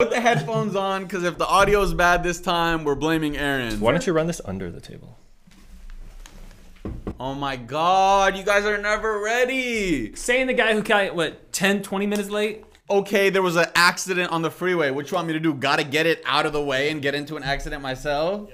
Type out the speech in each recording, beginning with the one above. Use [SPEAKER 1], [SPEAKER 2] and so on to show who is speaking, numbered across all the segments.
[SPEAKER 1] put the headphones on because if the audio is bad this time, we're blaming Aaron.
[SPEAKER 2] Why don't you run this under the table?
[SPEAKER 1] Oh my god, you guys are never ready.
[SPEAKER 3] Saying the guy who came, what, 10, 20 minutes late?
[SPEAKER 1] Okay, there was an accident on the freeway. What you want me to do? Gotta get it out of the way and get into an accident myself?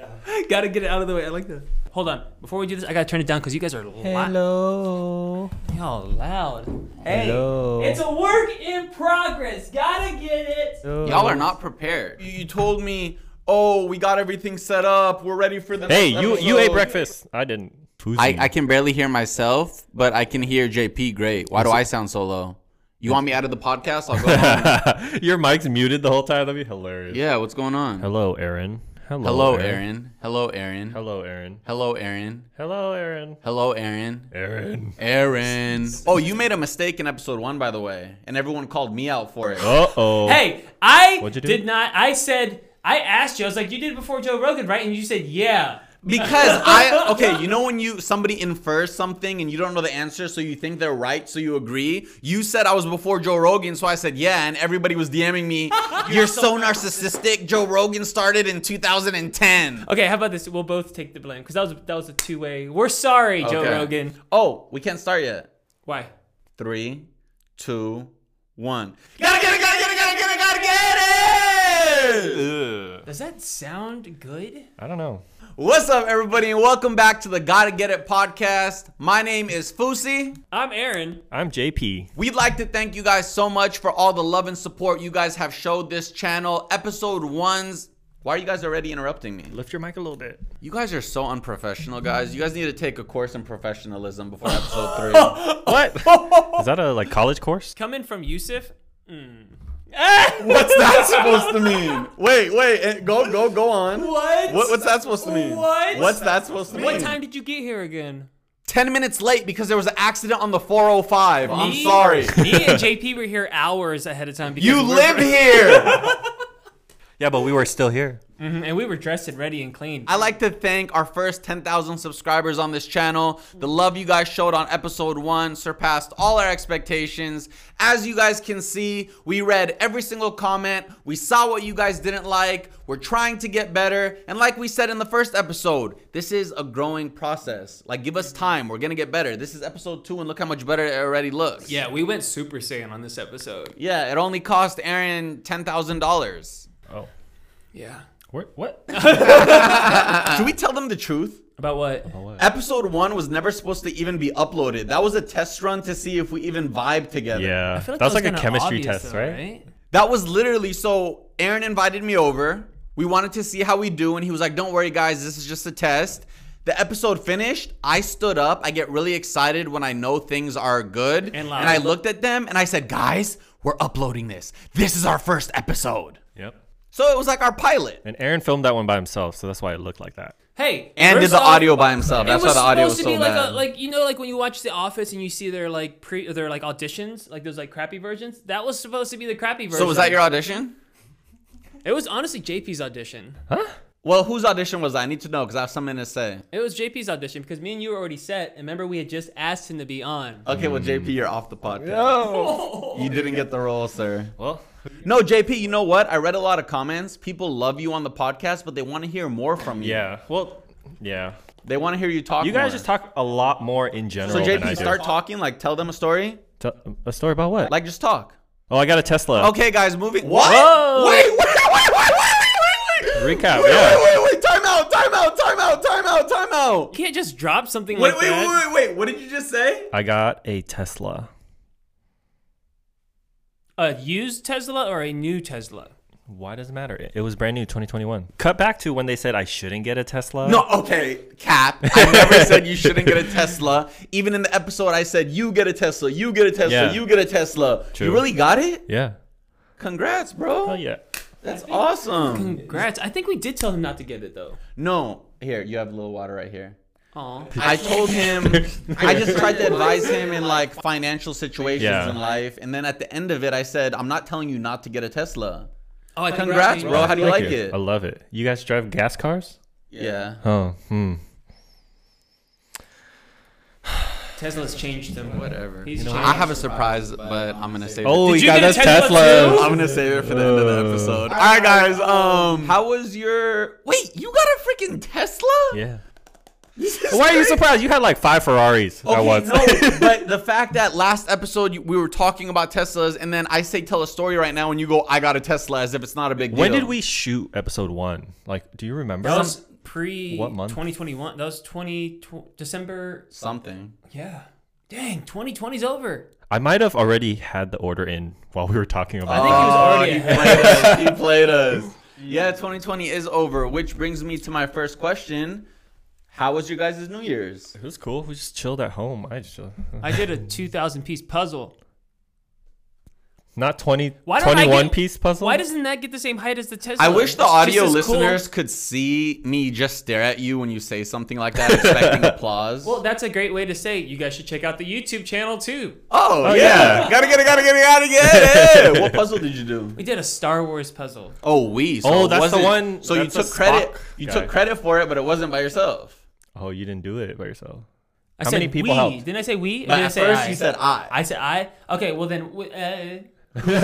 [SPEAKER 3] Gotta get it out of the way. I like that. Hold on. Before we do this, I gotta turn it down because you guys are loud.
[SPEAKER 2] Hello.
[SPEAKER 3] Y'all loud. Hey.
[SPEAKER 2] Hello.
[SPEAKER 3] It's a work in progress. Gotta get it.
[SPEAKER 1] Y'all are not prepared. You you told me, oh, we got everything set up. We're ready for the
[SPEAKER 2] Hey,
[SPEAKER 1] next
[SPEAKER 2] you you ate
[SPEAKER 1] episode."
[SPEAKER 2] breakfast. I didn't.
[SPEAKER 1] I, I can barely hear myself, but I can hear JP great. Why do I sound so low? You want me out of the podcast? I'll go home.
[SPEAKER 2] Your mic's muted the whole time. That'd be hilarious.
[SPEAKER 1] yeah, what's going on?
[SPEAKER 2] Hello, Aaron. Hello,
[SPEAKER 1] Hello, Aaron. Hello, Aaron.
[SPEAKER 2] Hello, Aaron.
[SPEAKER 1] Hello, Aaron.
[SPEAKER 2] Hello, Aaron.
[SPEAKER 1] Hello, Aaron.
[SPEAKER 2] Aaron.
[SPEAKER 1] Aaron. Oh, you made a mistake in episode one, by the way, and everyone called me out for it.
[SPEAKER 2] Uh oh.
[SPEAKER 3] Hey, I
[SPEAKER 2] What'd you do?
[SPEAKER 3] did not. I said, I asked you. I was like, you did it before Joe Rogan, right? And you said, yeah.
[SPEAKER 1] Because I okay, you know when you somebody infers something and you don't know the answer, so you think they're right, so you agree. You said I was before Joe Rogan, so I said yeah, and everybody was DMing me. You're so narcissistic. Joe Rogan started in 2010.
[SPEAKER 3] Okay, how about this? We'll both take the blame because that was that was a two way. We're sorry, Joe
[SPEAKER 1] Okay.
[SPEAKER 3] Rogan.
[SPEAKER 1] Oh, we can't start yet.
[SPEAKER 3] Why?
[SPEAKER 1] Three, two, one. Gotta get it, gotta get it, gotta get it, gotta get it.
[SPEAKER 3] Does that sound good?
[SPEAKER 2] I don't know.
[SPEAKER 1] What's up, everybody, and welcome back to the Gotta Get It podcast. My name is Fusi.
[SPEAKER 3] I'm Aaron.
[SPEAKER 2] I'm JP.
[SPEAKER 1] We'd like to thank you guys so much for all the love and support you guys have showed this channel. Episode one's. Why are you guys already interrupting me?
[SPEAKER 2] Lift your mic a little bit.
[SPEAKER 1] You guys are so unprofessional, guys. You guys need to take a course in professionalism before episode three.
[SPEAKER 2] What? Is that a like college course?
[SPEAKER 3] Coming from Yusuf.
[SPEAKER 1] what's that supposed to mean? Wait, wait, eh, go, go, go on.
[SPEAKER 3] What?
[SPEAKER 1] What- what's that supposed to mean?
[SPEAKER 3] What?
[SPEAKER 1] What's that supposed to mean?
[SPEAKER 3] What time did you get here again?
[SPEAKER 1] Ten minutes late because there was an accident on the 405. I'm
[SPEAKER 3] Me-
[SPEAKER 1] sorry.
[SPEAKER 3] Me and JP were here hours ahead of time. Because
[SPEAKER 1] You
[SPEAKER 3] we were-
[SPEAKER 1] live here.
[SPEAKER 2] Yeah, but we were still here.
[SPEAKER 3] and we were dressed and ready and clean.
[SPEAKER 1] I like to thank our first 10,000 subscribers on this channel. The love you guys showed on episode one surpassed all our expectations. As you guys can see, we read every single comment. We saw what you guys didn't like. We're trying to get better. And like we said in the first episode, this is a growing process. Like, give us time. We're going to get better. This is episode two, and look how much better it already looks.
[SPEAKER 3] yeah, we went Super Saiyan on this episode.
[SPEAKER 1] Yeah, it only cost Aaron $10,000.
[SPEAKER 2] Oh.
[SPEAKER 3] Yeah.
[SPEAKER 2] What? What?
[SPEAKER 1] Should we tell them the truth?
[SPEAKER 3] About
[SPEAKER 2] Oh.
[SPEAKER 3] what?
[SPEAKER 1] Episode one was never supposed to even be uploaded. That was a test run to see if we even vibe together.
[SPEAKER 2] yeah.
[SPEAKER 3] I feel
[SPEAKER 2] that was like a
[SPEAKER 3] kinda
[SPEAKER 2] chemistry
[SPEAKER 3] obvious,
[SPEAKER 2] test,
[SPEAKER 3] though,
[SPEAKER 2] right?
[SPEAKER 1] That was literally so Aaron invited me over. We wanted to see how we do, and he was like, Don't worry, guys, this is just a test. The episode finished. I stood up. I get really excited when I know things are good.
[SPEAKER 3] And loud.
[SPEAKER 1] I looked at them and I said, Guys, we're uploading this. This is our first episode.
[SPEAKER 2] Yep.
[SPEAKER 1] So it was like our pilot.
[SPEAKER 2] And Aaron filmed that one by himself, so that's why it looked like that.
[SPEAKER 3] Hey.
[SPEAKER 1] And did
[SPEAKER 3] first
[SPEAKER 1] the
[SPEAKER 3] off-
[SPEAKER 1] audio by himself. That's
[SPEAKER 3] it
[SPEAKER 1] why
[SPEAKER 3] was
[SPEAKER 1] the audio was
[SPEAKER 3] supposed
[SPEAKER 1] so
[SPEAKER 3] to be like
[SPEAKER 1] bad.
[SPEAKER 3] a like you know like when you watch The Office and you see their like pre their like auditions like those like crappy versions. That was supposed to be the crappy version.
[SPEAKER 1] so was that your audition?
[SPEAKER 3] It was honestly JP's audition.
[SPEAKER 1] Well, whose audition was that? I need to know because I have something to say.
[SPEAKER 3] It was JP's audition because me and you were already set. And remember, we had just asked him to be on.
[SPEAKER 1] Okay,
[SPEAKER 2] Hmm.
[SPEAKER 1] well, JP, you're off the podcast.
[SPEAKER 3] Oh.
[SPEAKER 1] You didn't get the role, sir.
[SPEAKER 2] Well,
[SPEAKER 1] No, JP, you know what? I read a lot of comments. People love you on the podcast, but they want to hear more from you.
[SPEAKER 2] yeah. Well, yeah.
[SPEAKER 1] They want to hear you talk.
[SPEAKER 2] You guys
[SPEAKER 1] more.
[SPEAKER 2] just talk a lot more in general
[SPEAKER 1] So,
[SPEAKER 2] than I
[SPEAKER 1] JP,
[SPEAKER 2] do.
[SPEAKER 1] start talking. Like, tell them a story.
[SPEAKER 2] T- a story about what?
[SPEAKER 1] Like, just talk.
[SPEAKER 2] oh, I got a Tesla.
[SPEAKER 1] Okay, guys, moving. What?
[SPEAKER 2] Whoa.
[SPEAKER 1] Wait, wait, wait, wait, wait, wait, wait, wait.
[SPEAKER 2] Recap,
[SPEAKER 1] Wait,
[SPEAKER 2] yeah.
[SPEAKER 1] wait, wait, wait. Time out, time out, time out, time out, time out.
[SPEAKER 3] You can't just drop something
[SPEAKER 1] Wait,
[SPEAKER 3] like
[SPEAKER 1] wait,
[SPEAKER 3] that.
[SPEAKER 1] wait, wait, wait. What did you just say?
[SPEAKER 2] I got a Tesla.
[SPEAKER 3] A used Tesla or a new Tesla?
[SPEAKER 2] Why does it matter? It- It was brand new, 2021. Cut back to when they said I shouldn't get a Tesla.
[SPEAKER 1] No, okay, Cap. I never said you shouldn't get a Tesla. Even in the episode, I said you get a Tesla, you get a Tesla,
[SPEAKER 2] Yeah.
[SPEAKER 1] you get a Tesla.
[SPEAKER 2] True.
[SPEAKER 1] You really got it?
[SPEAKER 2] Yeah.
[SPEAKER 1] Congrats, bro.
[SPEAKER 2] Oh yeah.
[SPEAKER 1] That's awesome.
[SPEAKER 3] Congrats. I think we did tell him not to get it though.
[SPEAKER 1] No, here you have a little water right here.
[SPEAKER 3] Aw.
[SPEAKER 1] I told him. I just tried to advise him in like financial situations
[SPEAKER 2] Yeah.
[SPEAKER 1] in life, and then at the end of it, I said, "I'm not telling you not to get a Tesla."
[SPEAKER 3] Oh, I
[SPEAKER 1] Congrats, bro. How do you
[SPEAKER 2] Thank
[SPEAKER 1] like it?
[SPEAKER 2] I love it. Oh, You guys drive gas cars?
[SPEAKER 1] Yeah.
[SPEAKER 2] Oh, hmm.
[SPEAKER 3] Tesla's changed them.
[SPEAKER 1] Whatever.
[SPEAKER 3] He's
[SPEAKER 2] know,
[SPEAKER 3] changed.
[SPEAKER 1] I have a surprise, but I'm gonna save it.
[SPEAKER 2] Oh,
[SPEAKER 3] Did
[SPEAKER 2] he
[SPEAKER 3] you
[SPEAKER 2] got
[SPEAKER 3] get a
[SPEAKER 2] us
[SPEAKER 3] Tesla
[SPEAKER 2] Teslas.
[SPEAKER 3] too?
[SPEAKER 1] I'm gonna save it for the end of the
[SPEAKER 2] Uh.
[SPEAKER 1] episode. All right, guys. Um, how was your? Wait, you got a freaking Tesla?
[SPEAKER 2] Yeah.
[SPEAKER 1] This is
[SPEAKER 2] Why are you
[SPEAKER 1] crazy.
[SPEAKER 2] surprised? You had like five Ferraris at once.
[SPEAKER 1] no, but the fact that last episode you- we were talking about Teslas, and then I say tell a story right now, and you go, "I got a Tesla," as if it's not a big deal.
[SPEAKER 2] when did we shoot episode one? Like, do you remember?
[SPEAKER 3] That was pre
[SPEAKER 2] What month?
[SPEAKER 3] 2021. That was 20 tw- December.
[SPEAKER 1] Something.
[SPEAKER 3] Yeah. Dang, 2020's over.
[SPEAKER 2] I might have already had the order in while we were talking
[SPEAKER 3] I
[SPEAKER 2] about
[SPEAKER 3] think
[SPEAKER 2] it.
[SPEAKER 3] he was already.
[SPEAKER 1] he played us. He played us. Yeah, 2020 is over, which brings me to my first question. How was your guys' New Year's?
[SPEAKER 2] It was cool. We just chilled at home. I just chilled.
[SPEAKER 3] I did a 2,000 piece puzzle.
[SPEAKER 2] Not 20,
[SPEAKER 3] Why don't I
[SPEAKER 2] 21
[SPEAKER 3] get-
[SPEAKER 2] piece puzzle.
[SPEAKER 3] Why doesn't that get the same height as the Tesla?
[SPEAKER 1] I wish the
[SPEAKER 3] It's just
[SPEAKER 1] audio
[SPEAKER 3] as cool.
[SPEAKER 1] listeners could see me just stare at you when you say something like that, expecting applause.
[SPEAKER 3] Well, that's a great way to say it. you guys should check out the YouTube channel too.
[SPEAKER 1] oh,
[SPEAKER 2] yeah.
[SPEAKER 1] gotta get it, gotta get it, gotta get it. what puzzle did you do?
[SPEAKER 3] We did a Star Wars puzzle.
[SPEAKER 1] Oh, we. So
[SPEAKER 2] Oh,
[SPEAKER 1] it
[SPEAKER 2] that's the
[SPEAKER 1] wasn't-
[SPEAKER 2] one-
[SPEAKER 1] So you
[SPEAKER 2] that's the
[SPEAKER 1] took credit.
[SPEAKER 2] Spock
[SPEAKER 1] You
[SPEAKER 2] guy.
[SPEAKER 1] took credit for it, but it wasn't by yourself.
[SPEAKER 2] oh, you didn't do it by yourself.
[SPEAKER 3] I
[SPEAKER 2] How
[SPEAKER 3] said
[SPEAKER 2] many people
[SPEAKER 3] we.
[SPEAKER 2] helped?
[SPEAKER 3] Didn't I say we? Or
[SPEAKER 1] But
[SPEAKER 3] did I
[SPEAKER 1] at
[SPEAKER 3] say
[SPEAKER 1] first
[SPEAKER 3] I?
[SPEAKER 1] you said I.
[SPEAKER 3] I said I. Okay, well then. w- Uh,
[SPEAKER 1] Who's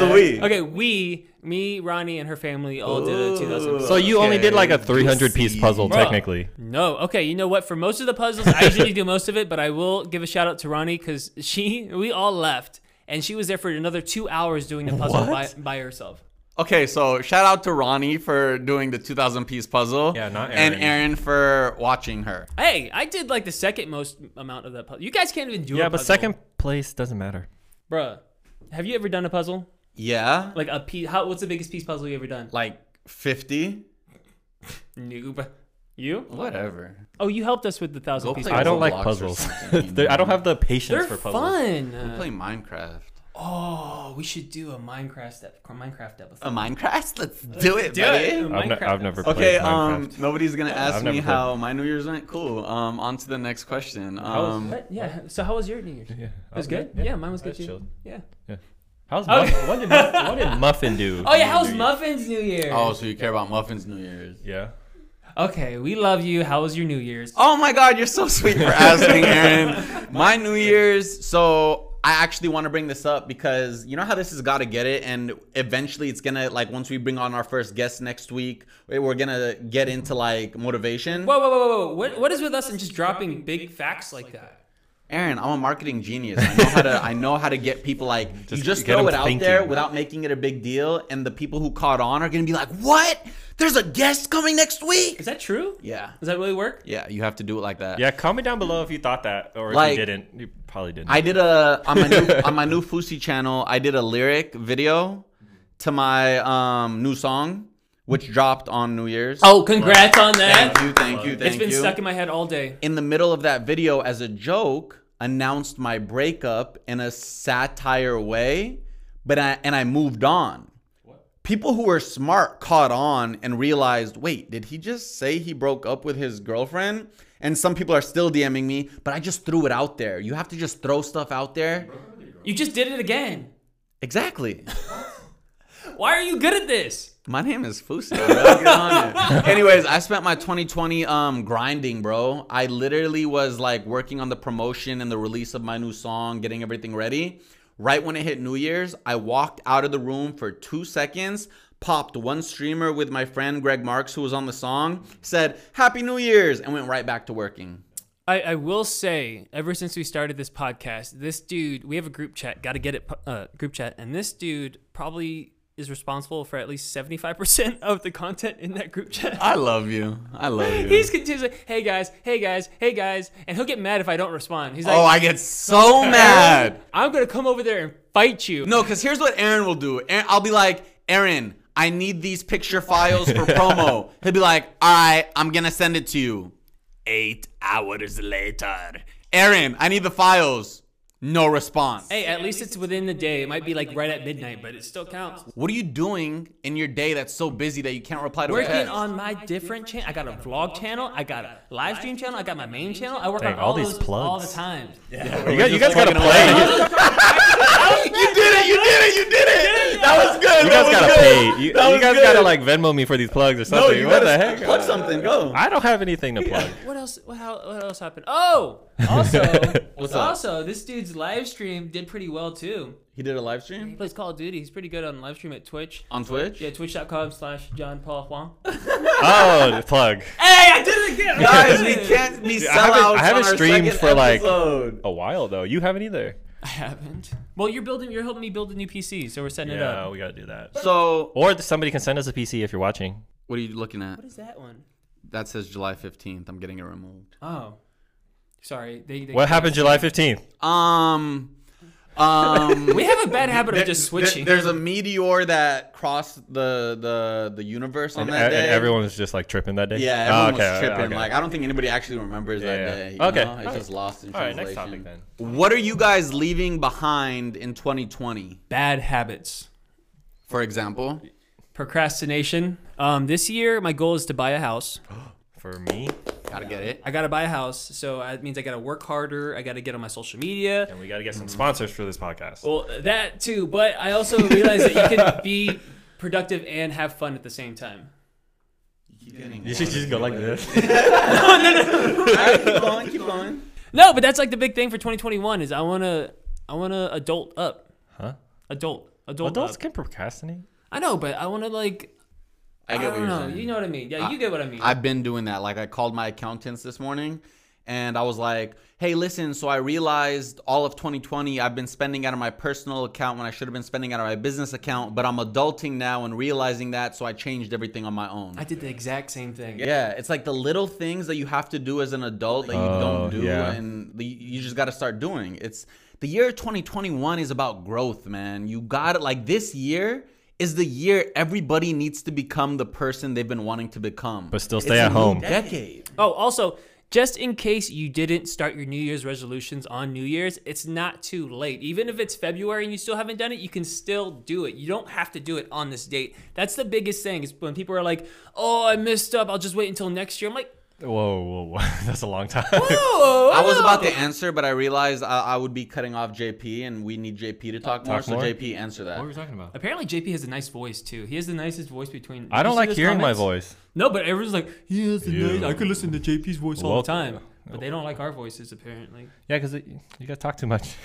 [SPEAKER 1] the we?
[SPEAKER 3] okay, we, me, Ronnie, and her family all did a 2000.
[SPEAKER 2] So you only did like a
[SPEAKER 1] Okay,
[SPEAKER 2] 300 piece
[SPEAKER 1] see.
[SPEAKER 2] puzzle,
[SPEAKER 1] Bruh.
[SPEAKER 2] technically.
[SPEAKER 3] No, okay. You know what? For most of the puzzles, I usually do most of it, but I will give a shout out to Ronnie because she, we all left, and she was there for another two hours doing the puzzle by,
[SPEAKER 2] What?
[SPEAKER 3] by herself.
[SPEAKER 1] Okay, so shout out to Ronnie for doing the 2,000 piece puzzle.
[SPEAKER 2] Yeah, not
[SPEAKER 1] And
[SPEAKER 2] Aaron.
[SPEAKER 1] Aaron for watching her.
[SPEAKER 3] Hey, I did like the second most amount of that puzzle. You guys can't even do a
[SPEAKER 2] Yeah, but
[SPEAKER 3] puzzle.
[SPEAKER 2] second place doesn't matter.
[SPEAKER 3] bruh. Have you ever done a puzzle?
[SPEAKER 1] Yeah,
[SPEAKER 3] Like a piece? How? What's the biggest piece puzzle you ever done?
[SPEAKER 1] like 50.
[SPEAKER 3] Noob. You?
[SPEAKER 1] Whatever.
[SPEAKER 3] Oh, you helped us with the thousand
[SPEAKER 1] Go
[SPEAKER 3] piece.
[SPEAKER 1] play
[SPEAKER 2] I
[SPEAKER 3] puzzle.
[SPEAKER 2] don't
[SPEAKER 1] Puzzle
[SPEAKER 2] like
[SPEAKER 1] blocks or
[SPEAKER 2] puzzles.
[SPEAKER 1] something,
[SPEAKER 2] They- I don't
[SPEAKER 1] man.
[SPEAKER 2] have the patience for
[SPEAKER 3] They're
[SPEAKER 2] puzzles.
[SPEAKER 3] fun.
[SPEAKER 1] Play Minecraft.
[SPEAKER 3] oh, we should do a Minecraft ep- Minecraft episode.
[SPEAKER 1] A Minecraft? Let's do it,
[SPEAKER 3] do
[SPEAKER 1] buddy.
[SPEAKER 3] it.
[SPEAKER 2] I've,
[SPEAKER 3] Minecraft
[SPEAKER 2] ne- I've never
[SPEAKER 1] Okay,
[SPEAKER 2] played Minecraft.
[SPEAKER 1] um, nobody's gonna ask
[SPEAKER 2] I've
[SPEAKER 1] me
[SPEAKER 2] never
[SPEAKER 1] how my New Year's went. Cool. Um, on to the next question.
[SPEAKER 2] was-
[SPEAKER 1] Um,
[SPEAKER 3] But yeah. So how was your New Year's?
[SPEAKER 2] yeah,
[SPEAKER 3] It was good. Yeah, mine was
[SPEAKER 2] I
[SPEAKER 3] good too.
[SPEAKER 2] chilled.
[SPEAKER 3] Yeah.
[SPEAKER 2] How's
[SPEAKER 3] Oh.
[SPEAKER 2] Muffin? what, did Muffin, what did Muffin do?
[SPEAKER 3] Oh yeah,
[SPEAKER 2] on
[SPEAKER 3] how was
[SPEAKER 2] New Year's?
[SPEAKER 3] Muffin's New Year?
[SPEAKER 1] oh, so you care about muffins New Year's?
[SPEAKER 2] Yeah.
[SPEAKER 3] Okay, we love you. How was your New Year's?
[SPEAKER 1] Oh my God, you're so sweet for asking, Aaron. My New Year's, so I actually want to bring this up because you know how this has got to get it, and eventually it's gonna like once we bring on our first guest next week, we're gonna get into like motivation.
[SPEAKER 3] Whoa, whoa, whoa, whoa! whoa. What, what is with us and just dropping big facts like that?
[SPEAKER 1] Aaron, I'm a marketing genius. I know how to. I know how to get people like you just
[SPEAKER 2] get
[SPEAKER 1] throw it
[SPEAKER 2] them
[SPEAKER 1] out
[SPEAKER 2] thinking.
[SPEAKER 1] there without making it a big deal, and the people who caught on are gonna be like, "What? There's a guest coming next week."
[SPEAKER 3] Is that true?
[SPEAKER 1] Yeah,
[SPEAKER 3] Does that really work?
[SPEAKER 1] yeah. You have to do it like that.
[SPEAKER 2] Yeah, comment down below if you thought that or
[SPEAKER 1] Like-
[SPEAKER 2] if you didn't. You probably didn't.
[SPEAKER 1] I did a on my new on my new Fusi channel. I did a lyric video to my um, new song, which dropped on New Year's.
[SPEAKER 3] Oh, congrats on that!
[SPEAKER 1] thank you, thank you, thank
[SPEAKER 3] It's been
[SPEAKER 1] you.
[SPEAKER 3] stuck in my head all day.
[SPEAKER 1] in the middle of that video, as a joke, announced my breakup in a satire way, but I and I moved on. People who were smart caught on and realized, wait, did he just say he broke up with his girlfriend? And some people are still DMing me, but I just threw it out there. You have to just throw stuff out there.
[SPEAKER 3] You just did it again.
[SPEAKER 1] Exactly.
[SPEAKER 3] Why are you good at this?
[SPEAKER 1] My name is Fusi. bro. Get on it. Anyways, I spent my 2020 um grinding, bro. I literally was like working on the promotion and the release of my new song, getting everything ready. Right when it hit New Year's, I walked out of the room for two seconds, popped one streamer with my friend Greg Marks, who was on the song, said Happy New Year's, and went right back to working.
[SPEAKER 3] I, I will say, ever since we started this podcast, this dude, we have a group chat, got to get it, po- uh, group chat, and this dude probably is responsible for at least 75% of the content in that group chat.
[SPEAKER 1] I love you. I love you.
[SPEAKER 3] He's continuously, hey guys, hey guys, hey guys, and he'll get mad if I don't respond. He's like,
[SPEAKER 1] oh, I get so mad.
[SPEAKER 3] I'm going to come over there and fight you.
[SPEAKER 1] No, because here's what Aaron will do. Aaron, I'll be like, Aaron, I need these picture files for promo. He'll be like, all right, I'm going to send it to you. Eight hours later. Aaron, I need the files. No response.
[SPEAKER 3] Hey, at least it's within the day. It might be like right at midnight, but it still counts.
[SPEAKER 1] What are you doing in your day that's so busy that you can't reply to a
[SPEAKER 3] Working
[SPEAKER 1] text?
[SPEAKER 3] on my different channel. I got a vlog channel. I got a live stream channel. I got my main channel. I work
[SPEAKER 2] Dang,
[SPEAKER 3] on
[SPEAKER 2] all
[SPEAKER 3] all,
[SPEAKER 2] these
[SPEAKER 3] those all the
[SPEAKER 2] plugs.
[SPEAKER 3] time.
[SPEAKER 2] you guys, you
[SPEAKER 1] just
[SPEAKER 2] guys gotta
[SPEAKER 1] plugging
[SPEAKER 2] play.
[SPEAKER 3] I
[SPEAKER 1] you did it! You did it! You did it! That was good. that
[SPEAKER 2] You guys
[SPEAKER 1] was
[SPEAKER 2] gotta
[SPEAKER 1] good.
[SPEAKER 2] pay. You, you
[SPEAKER 1] That was
[SPEAKER 2] guys
[SPEAKER 1] good.
[SPEAKER 2] gotta like Venmo me for these plugs or
[SPEAKER 1] No,
[SPEAKER 2] something.
[SPEAKER 1] you
[SPEAKER 2] what
[SPEAKER 1] gotta
[SPEAKER 2] the heck?
[SPEAKER 1] plug something. Go.
[SPEAKER 2] I don't have anything to plug.
[SPEAKER 3] What else? What, how, what else happened? Oh, also, also, this dude's live stream did pretty well too.
[SPEAKER 1] He did a live
[SPEAKER 3] He
[SPEAKER 1] stream
[SPEAKER 3] plays Call of Duty. He's pretty good on live stream at Twitch.
[SPEAKER 1] on Twitch.
[SPEAKER 3] Yeah, twitch.com slash John Paul Huang.
[SPEAKER 2] oh, the plug.
[SPEAKER 3] hey, I did it again!
[SPEAKER 1] Guys, we can't be sellouts.
[SPEAKER 2] I haven't- I haven't
[SPEAKER 1] on our
[SPEAKER 2] streamed
[SPEAKER 1] second
[SPEAKER 2] for, like-
[SPEAKER 1] episode.
[SPEAKER 2] A while though. You haven't either.
[SPEAKER 3] I haven't. Well, you're building. You're helping me build a new PC, so we're setting it
[SPEAKER 2] Yeah,
[SPEAKER 3] up.
[SPEAKER 2] we gotta do that.
[SPEAKER 1] So
[SPEAKER 2] Or th- somebody can send us a PC if you're watching.
[SPEAKER 1] what are you looking at?
[SPEAKER 3] What is that one?
[SPEAKER 1] That says July fifteenth. I'm getting it removed.
[SPEAKER 3] Oh, sorry. They, they
[SPEAKER 2] What happened July 15th?
[SPEAKER 1] Um, um.
[SPEAKER 3] We have a bad habit of
[SPEAKER 1] There-
[SPEAKER 3] just
[SPEAKER 1] there-
[SPEAKER 3] switching.
[SPEAKER 1] there's a meteor that crossed the the the universe on
[SPEAKER 2] And,
[SPEAKER 1] that
[SPEAKER 2] e-
[SPEAKER 1] day.
[SPEAKER 2] and everyone was just like tripping that day.
[SPEAKER 1] Yeah,
[SPEAKER 2] Oh,
[SPEAKER 1] everyone was
[SPEAKER 2] okay,
[SPEAKER 1] tripping.
[SPEAKER 2] okay.
[SPEAKER 1] Like I don't think anybody actually remembers
[SPEAKER 2] Yeah.
[SPEAKER 1] that day. you
[SPEAKER 2] Okay.
[SPEAKER 1] know? it's just lost in
[SPEAKER 2] All right,
[SPEAKER 1] translation.
[SPEAKER 2] next topic then.
[SPEAKER 1] What are you guys leaving behind in 2020?
[SPEAKER 3] bad habits.
[SPEAKER 1] For example,
[SPEAKER 3] Procrastination. Um, this year, my goal is to buy a house.
[SPEAKER 2] For me,
[SPEAKER 1] gotta get it.
[SPEAKER 3] I gotta buy a house, so that means I gotta work harder. I gotta get on my social media.
[SPEAKER 2] and we gotta get some sponsors for this podcast.
[SPEAKER 3] Well, that too, but I also realize that you can be productive and have fun at the same time.
[SPEAKER 2] you should just go like this.
[SPEAKER 1] keep going, keep going.
[SPEAKER 3] No, but that's like the big thing for 2021 is I wanna, I wanna adult up.
[SPEAKER 2] Huh?
[SPEAKER 3] Adult, adult.
[SPEAKER 2] Adults
[SPEAKER 3] up.
[SPEAKER 2] can procrastinate.
[SPEAKER 3] I know, but I wanna like.
[SPEAKER 1] I
[SPEAKER 3] I
[SPEAKER 1] get what
[SPEAKER 3] don't
[SPEAKER 1] you're
[SPEAKER 3] know.
[SPEAKER 1] saying.
[SPEAKER 3] You know what I mean? Yeah, you get what I mean.
[SPEAKER 1] I've been doing that. Like I called my accountants this morning and I was like, "Hey, listen, so I realized all of 2020 I've been spending out of my personal account when I should have been spending out of my business account, but I'm adulting now and realizing that, so I changed everything on my own."
[SPEAKER 3] I did the exact same thing.
[SPEAKER 1] yeah, it's like the little things that you have to do as an adult that you
[SPEAKER 2] Oh,
[SPEAKER 1] don't do
[SPEAKER 2] yeah.
[SPEAKER 1] and the, you just got to start doing. It's the year 2021 is about growth, man. You got it like this year is the year everybody needs to become the person they've been wanting to become.
[SPEAKER 2] But still
[SPEAKER 1] It's
[SPEAKER 2] stay
[SPEAKER 1] a
[SPEAKER 2] at
[SPEAKER 1] new
[SPEAKER 2] home.
[SPEAKER 1] Decade.
[SPEAKER 3] Oh, also, just in case you didn't start your New Year's resolutions on New Year's, it's not too late. Even if it's February and you still haven't done it, you can still do it. You don't have to do it on this date. That's the biggest thing is when people are like, "Oh, I missed up. I'll just wait until next year." I'm like,
[SPEAKER 2] Whoa, whoa, whoa. That's a long time.
[SPEAKER 3] "Oh,
[SPEAKER 1] I was about
[SPEAKER 3] no."
[SPEAKER 1] to answer, but I realized I, I would be cutting off JP, and we need JP to talk, more, So
[SPEAKER 2] more?
[SPEAKER 1] JP, answer that.
[SPEAKER 2] we talking about?
[SPEAKER 3] Apparently, JP has a nice voice too. He has the nicest voice between.
[SPEAKER 2] I
[SPEAKER 3] Did you
[SPEAKER 2] don't
[SPEAKER 3] see
[SPEAKER 2] like
[SPEAKER 3] those
[SPEAKER 2] hearing
[SPEAKER 3] comments?
[SPEAKER 2] my voice.
[SPEAKER 3] No, but everyone's like, "He has a nice."
[SPEAKER 2] Yeah.
[SPEAKER 3] I could listen to JP's voice all
[SPEAKER 2] Well-
[SPEAKER 3] the time, but they don't like our voices apparently.
[SPEAKER 2] Yeah, because you guys talk too much.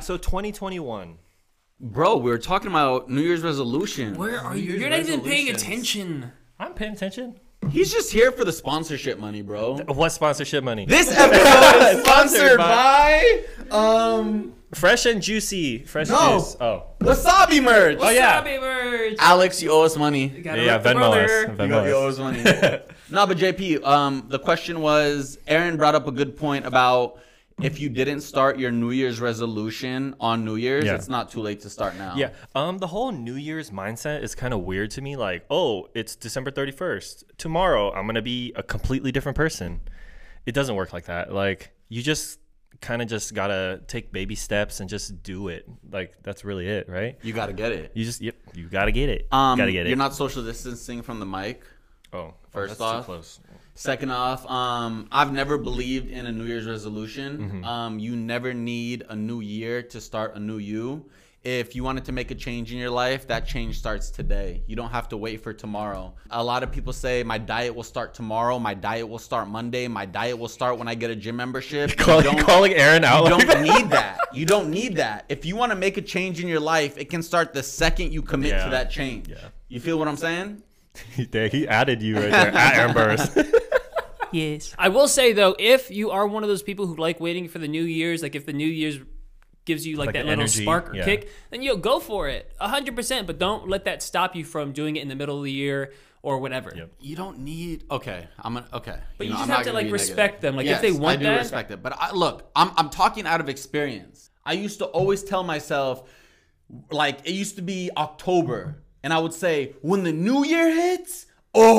[SPEAKER 2] so 2021.
[SPEAKER 1] Bro, we were talking about New Year's resolution.
[SPEAKER 3] Where are you? You're not even paying attention.
[SPEAKER 2] I'm paying attention.
[SPEAKER 1] He's just here for the sponsorship money, bro.
[SPEAKER 2] What sponsorship money?
[SPEAKER 1] This episode is
[SPEAKER 2] Sponsored
[SPEAKER 1] sponsored by um
[SPEAKER 2] Fresh and juicy. Fresh
[SPEAKER 1] No.
[SPEAKER 2] juice. Oh.
[SPEAKER 1] Wasabi merch.
[SPEAKER 2] Oh, yeah.
[SPEAKER 3] Wasabi merch.
[SPEAKER 1] Alex, you owe us money.
[SPEAKER 3] Gotta
[SPEAKER 2] Yeah, yeah,
[SPEAKER 3] rep the
[SPEAKER 2] Venmo us.
[SPEAKER 3] brother.
[SPEAKER 2] Venmo
[SPEAKER 1] You got- you
[SPEAKER 2] us.
[SPEAKER 1] owe us money. no, but JP, um, the question was Aaron brought up a good point about if you didn't start your New Year's resolution on New Year's,
[SPEAKER 2] Yeah.
[SPEAKER 1] it's not too late to start now.
[SPEAKER 2] Yeah. Um, the whole New Year's mindset is kind of weird to me. Like, oh, it's December 31st. Tomorrow, I'm going to be a completely different person. It doesn't work like that. Like, you just kind of just got to take baby steps and just do it. Like, that's really it, right?
[SPEAKER 1] You gotta get it.
[SPEAKER 2] You just, yep, you got to get it.
[SPEAKER 1] Um,
[SPEAKER 2] got to get it.
[SPEAKER 1] You're not social distancing from the mic.
[SPEAKER 2] oh,
[SPEAKER 1] first
[SPEAKER 2] that's
[SPEAKER 1] off.
[SPEAKER 2] too close.
[SPEAKER 1] Second off, um, I've never believed in a New Year's resolution.
[SPEAKER 2] Mm-hmm.
[SPEAKER 1] Um, you never need a new year to start a new you. If you wanted to make a change in your life, that change starts today. You don't have to wait for tomorrow. A lot of people say, My diet will start tomorrow. My diet will start Monday. My diet will start when I get a gym membership. You
[SPEAKER 2] Call,
[SPEAKER 1] don't-
[SPEAKER 2] calling Aaron out.
[SPEAKER 1] you
[SPEAKER 2] like
[SPEAKER 1] don't need that. You don't need that. If you want to make a change in your life, it can start the second you commit
[SPEAKER 2] Yeah.
[SPEAKER 1] to that change.
[SPEAKER 2] Yeah.
[SPEAKER 1] You feel what I'm saying?
[SPEAKER 2] Dang, he added you right there at Aaron Burris.
[SPEAKER 3] Yes. I will say though, if you are one of those people who like waiting for the New Year's, like if the New Year's gives you like,
[SPEAKER 2] Like
[SPEAKER 3] that
[SPEAKER 2] the
[SPEAKER 3] little
[SPEAKER 2] energy,
[SPEAKER 3] spark or
[SPEAKER 2] yeah.
[SPEAKER 3] kick, then you'll go for it, hundred percent. But don't let that stop you from doing it in the middle of the year or whatever.
[SPEAKER 2] Yep.
[SPEAKER 1] You don't need. Okay, I'm gonna. Okay,
[SPEAKER 3] But you
[SPEAKER 1] know,
[SPEAKER 3] just
[SPEAKER 1] I'm
[SPEAKER 3] have
[SPEAKER 1] not
[SPEAKER 3] to,
[SPEAKER 1] gonna
[SPEAKER 3] like,
[SPEAKER 1] be
[SPEAKER 3] respect
[SPEAKER 1] negative.
[SPEAKER 3] them. Like, if
[SPEAKER 1] Yes,
[SPEAKER 3] they want
[SPEAKER 1] I do
[SPEAKER 3] that-
[SPEAKER 1] respect it. But I, look, I'm I'm talking out of experience. I used to always tell myself, like it used to be October, and I would say, when the new year hits,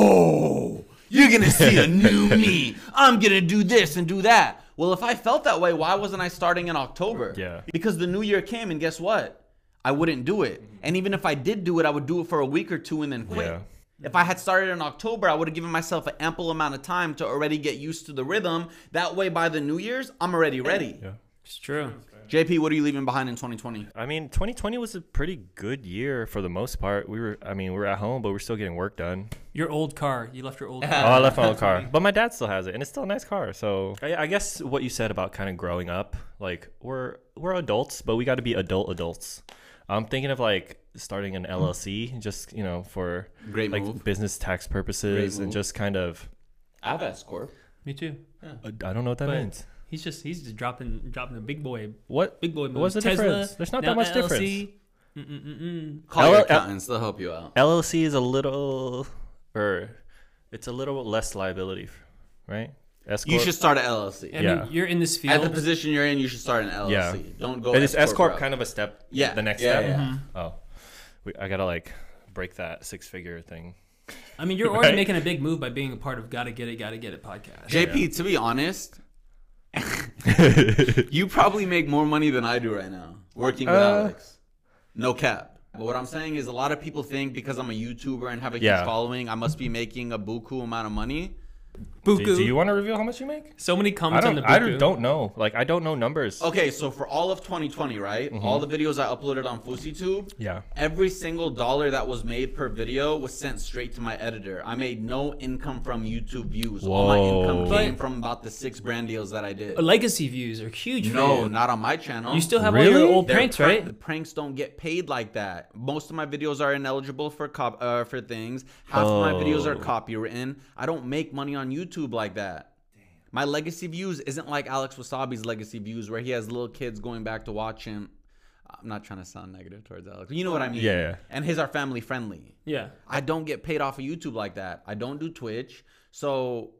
[SPEAKER 1] oh, you're gonna see a new me. I'm gonna do this and do that. Well, if I felt that way, why wasn't I starting in October?
[SPEAKER 2] Yeah.
[SPEAKER 1] Because the new year came, and guess what? I wouldn't do it. And even if I did do it, I would do it for a week or two and then quit.
[SPEAKER 2] Yeah.
[SPEAKER 1] If I had started in October, I would have given myself an ample amount of time to already get used to the rhythm. That way, by the New Year's, I'm already ready.
[SPEAKER 3] It's true.
[SPEAKER 1] JP, what are you leaving behind in 2020?
[SPEAKER 2] I mean, 2020 was a pretty good year for the most part. We were, I mean, we were at home, but we we're still getting work done.
[SPEAKER 3] Your old car. You left your old car.
[SPEAKER 2] Oh, I left my old car, but my dad still has it, and it's still a nice car. So I, I guess what you said about kind of growing up, like we're we're adults, but we got to be adult adults. I'm thinking of like starting an LLC, just you know, for
[SPEAKER 1] Great
[SPEAKER 2] like
[SPEAKER 1] move.
[SPEAKER 2] business tax
[SPEAKER 1] Great
[SPEAKER 2] purposes,
[SPEAKER 1] move.
[SPEAKER 2] and just kind of
[SPEAKER 1] I have S Corp.
[SPEAKER 3] Me too.
[SPEAKER 2] I don't know what that
[SPEAKER 3] But-
[SPEAKER 2] means.
[SPEAKER 3] He's just he's just dropping dropping a big boy
[SPEAKER 2] What
[SPEAKER 3] big boy. Moves.
[SPEAKER 2] What's the
[SPEAKER 3] Tesla,
[SPEAKER 2] difference? There's not that
[SPEAKER 3] now
[SPEAKER 2] much difference.
[SPEAKER 3] LLC. Mm-mm-mm-mm.
[SPEAKER 1] Call your
[SPEAKER 2] Hello, uh,
[SPEAKER 1] accountants. They'll help you out.
[SPEAKER 2] LLC is a little, or it's a little less liability, right? S
[SPEAKER 1] You should start an LLC.
[SPEAKER 3] I
[SPEAKER 2] Yeah.
[SPEAKER 3] mean, you're in this
[SPEAKER 1] At the
[SPEAKER 3] field.
[SPEAKER 1] position you're in, you should start an LLC.
[SPEAKER 2] Yeah.
[SPEAKER 1] Don't go.
[SPEAKER 2] and is S corp
[SPEAKER 1] route.
[SPEAKER 2] kind of a step?
[SPEAKER 1] Yeah,
[SPEAKER 2] The next
[SPEAKER 1] yeah,
[SPEAKER 2] step.
[SPEAKER 1] yeah.
[SPEAKER 2] Oh, we, I gotta like break that six figure thing.
[SPEAKER 3] I mean, you're already
[SPEAKER 2] Right?
[SPEAKER 3] making a big move by being a part of Gotta Get It, Gotta Get It podcast.
[SPEAKER 1] JP, to be honest, you probably make more money than I do right now working with
[SPEAKER 2] Uh.
[SPEAKER 1] Alex. No cap. But what I'm saying is, a lot of people think because I'm a YouTuber and have a huge
[SPEAKER 2] Yeah.
[SPEAKER 1] following, I must be making a buku amount of money.
[SPEAKER 3] Buku.
[SPEAKER 2] Do, do you want to reveal how much you make?
[SPEAKER 3] so many
[SPEAKER 2] I
[SPEAKER 3] comments on
[SPEAKER 2] don't.
[SPEAKER 3] the Buku.
[SPEAKER 2] I don't- don't know. Like I don't know numbers.
[SPEAKER 1] Okay, so for all of 2020, right? All the videos I uploaded on FoosyTube,
[SPEAKER 2] Yeah.
[SPEAKER 1] every single dollar that was made per video was sent straight to my editor. I made no income from YouTube views. All my income
[SPEAKER 2] Whoa.
[SPEAKER 1] came
[SPEAKER 3] But-
[SPEAKER 1] from about the six brand deals that I did.
[SPEAKER 3] Legacy views are huge. for
[SPEAKER 1] No,
[SPEAKER 3] you.
[SPEAKER 1] not on my channel.
[SPEAKER 3] You still have all
[SPEAKER 2] Really?
[SPEAKER 3] your old
[SPEAKER 1] They're
[SPEAKER 3] pranks,
[SPEAKER 1] prank-
[SPEAKER 3] right?
[SPEAKER 1] The pranks don't get paid like that. Most of my videos are ineligible for cop uh, for things. Half of my videos are
[SPEAKER 2] Oh.
[SPEAKER 1] copywritten. I don't make money on YouTube like that. My legacy views isn't like Alex Wasabi's legacy views, where he has little kids going back to watch him. I'm not trying to sound negative towards Alex. You know what I mean?
[SPEAKER 2] Yeah, yeah.
[SPEAKER 1] And his are family friendly.
[SPEAKER 3] Yeah.
[SPEAKER 1] I don't get paid off of YouTube like that. I don't do Twitch. So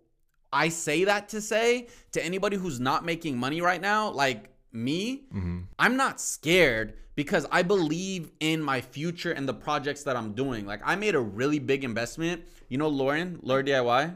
[SPEAKER 1] I say that to say to anybody who's not making money right now, like me, I'm not scared because I believe in my future and the projects that I'm doing. Like I made a really big investment. You know Lauren, Lure DIY?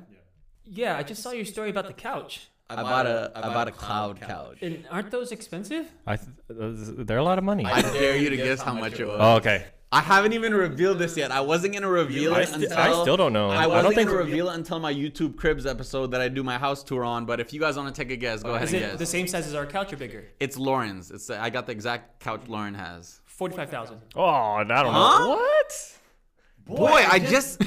[SPEAKER 3] Yeah, I just saw your story about the couch.
[SPEAKER 1] I bought a I bought a cloud couch.
[SPEAKER 3] And aren't those expensive?
[SPEAKER 2] I th- they're a lot of money.
[SPEAKER 1] I dare you to guess how much it was.
[SPEAKER 2] oh, okay.
[SPEAKER 1] I haven't even revealed this yet. I wasn't gonna reveal
[SPEAKER 2] I
[SPEAKER 1] it
[SPEAKER 2] st-
[SPEAKER 1] until
[SPEAKER 2] I still don't know.
[SPEAKER 1] I
[SPEAKER 2] I
[SPEAKER 1] wasn't
[SPEAKER 2] don't think-
[SPEAKER 1] gonna reveal it until my YouTube Cribs episode that I do my house tour on. But if you guys want to take a guess,
[SPEAKER 2] Oh,
[SPEAKER 1] go ahead
[SPEAKER 3] Is
[SPEAKER 1] and
[SPEAKER 3] it
[SPEAKER 1] guess.
[SPEAKER 3] the same size as our couch or bigger?
[SPEAKER 1] it's Lauren's. It's I got the exact couch Lauren has.
[SPEAKER 3] Forty-five thousand.
[SPEAKER 2] Oh, I don't
[SPEAKER 1] Huh?
[SPEAKER 2] know. What?
[SPEAKER 1] Boy, I just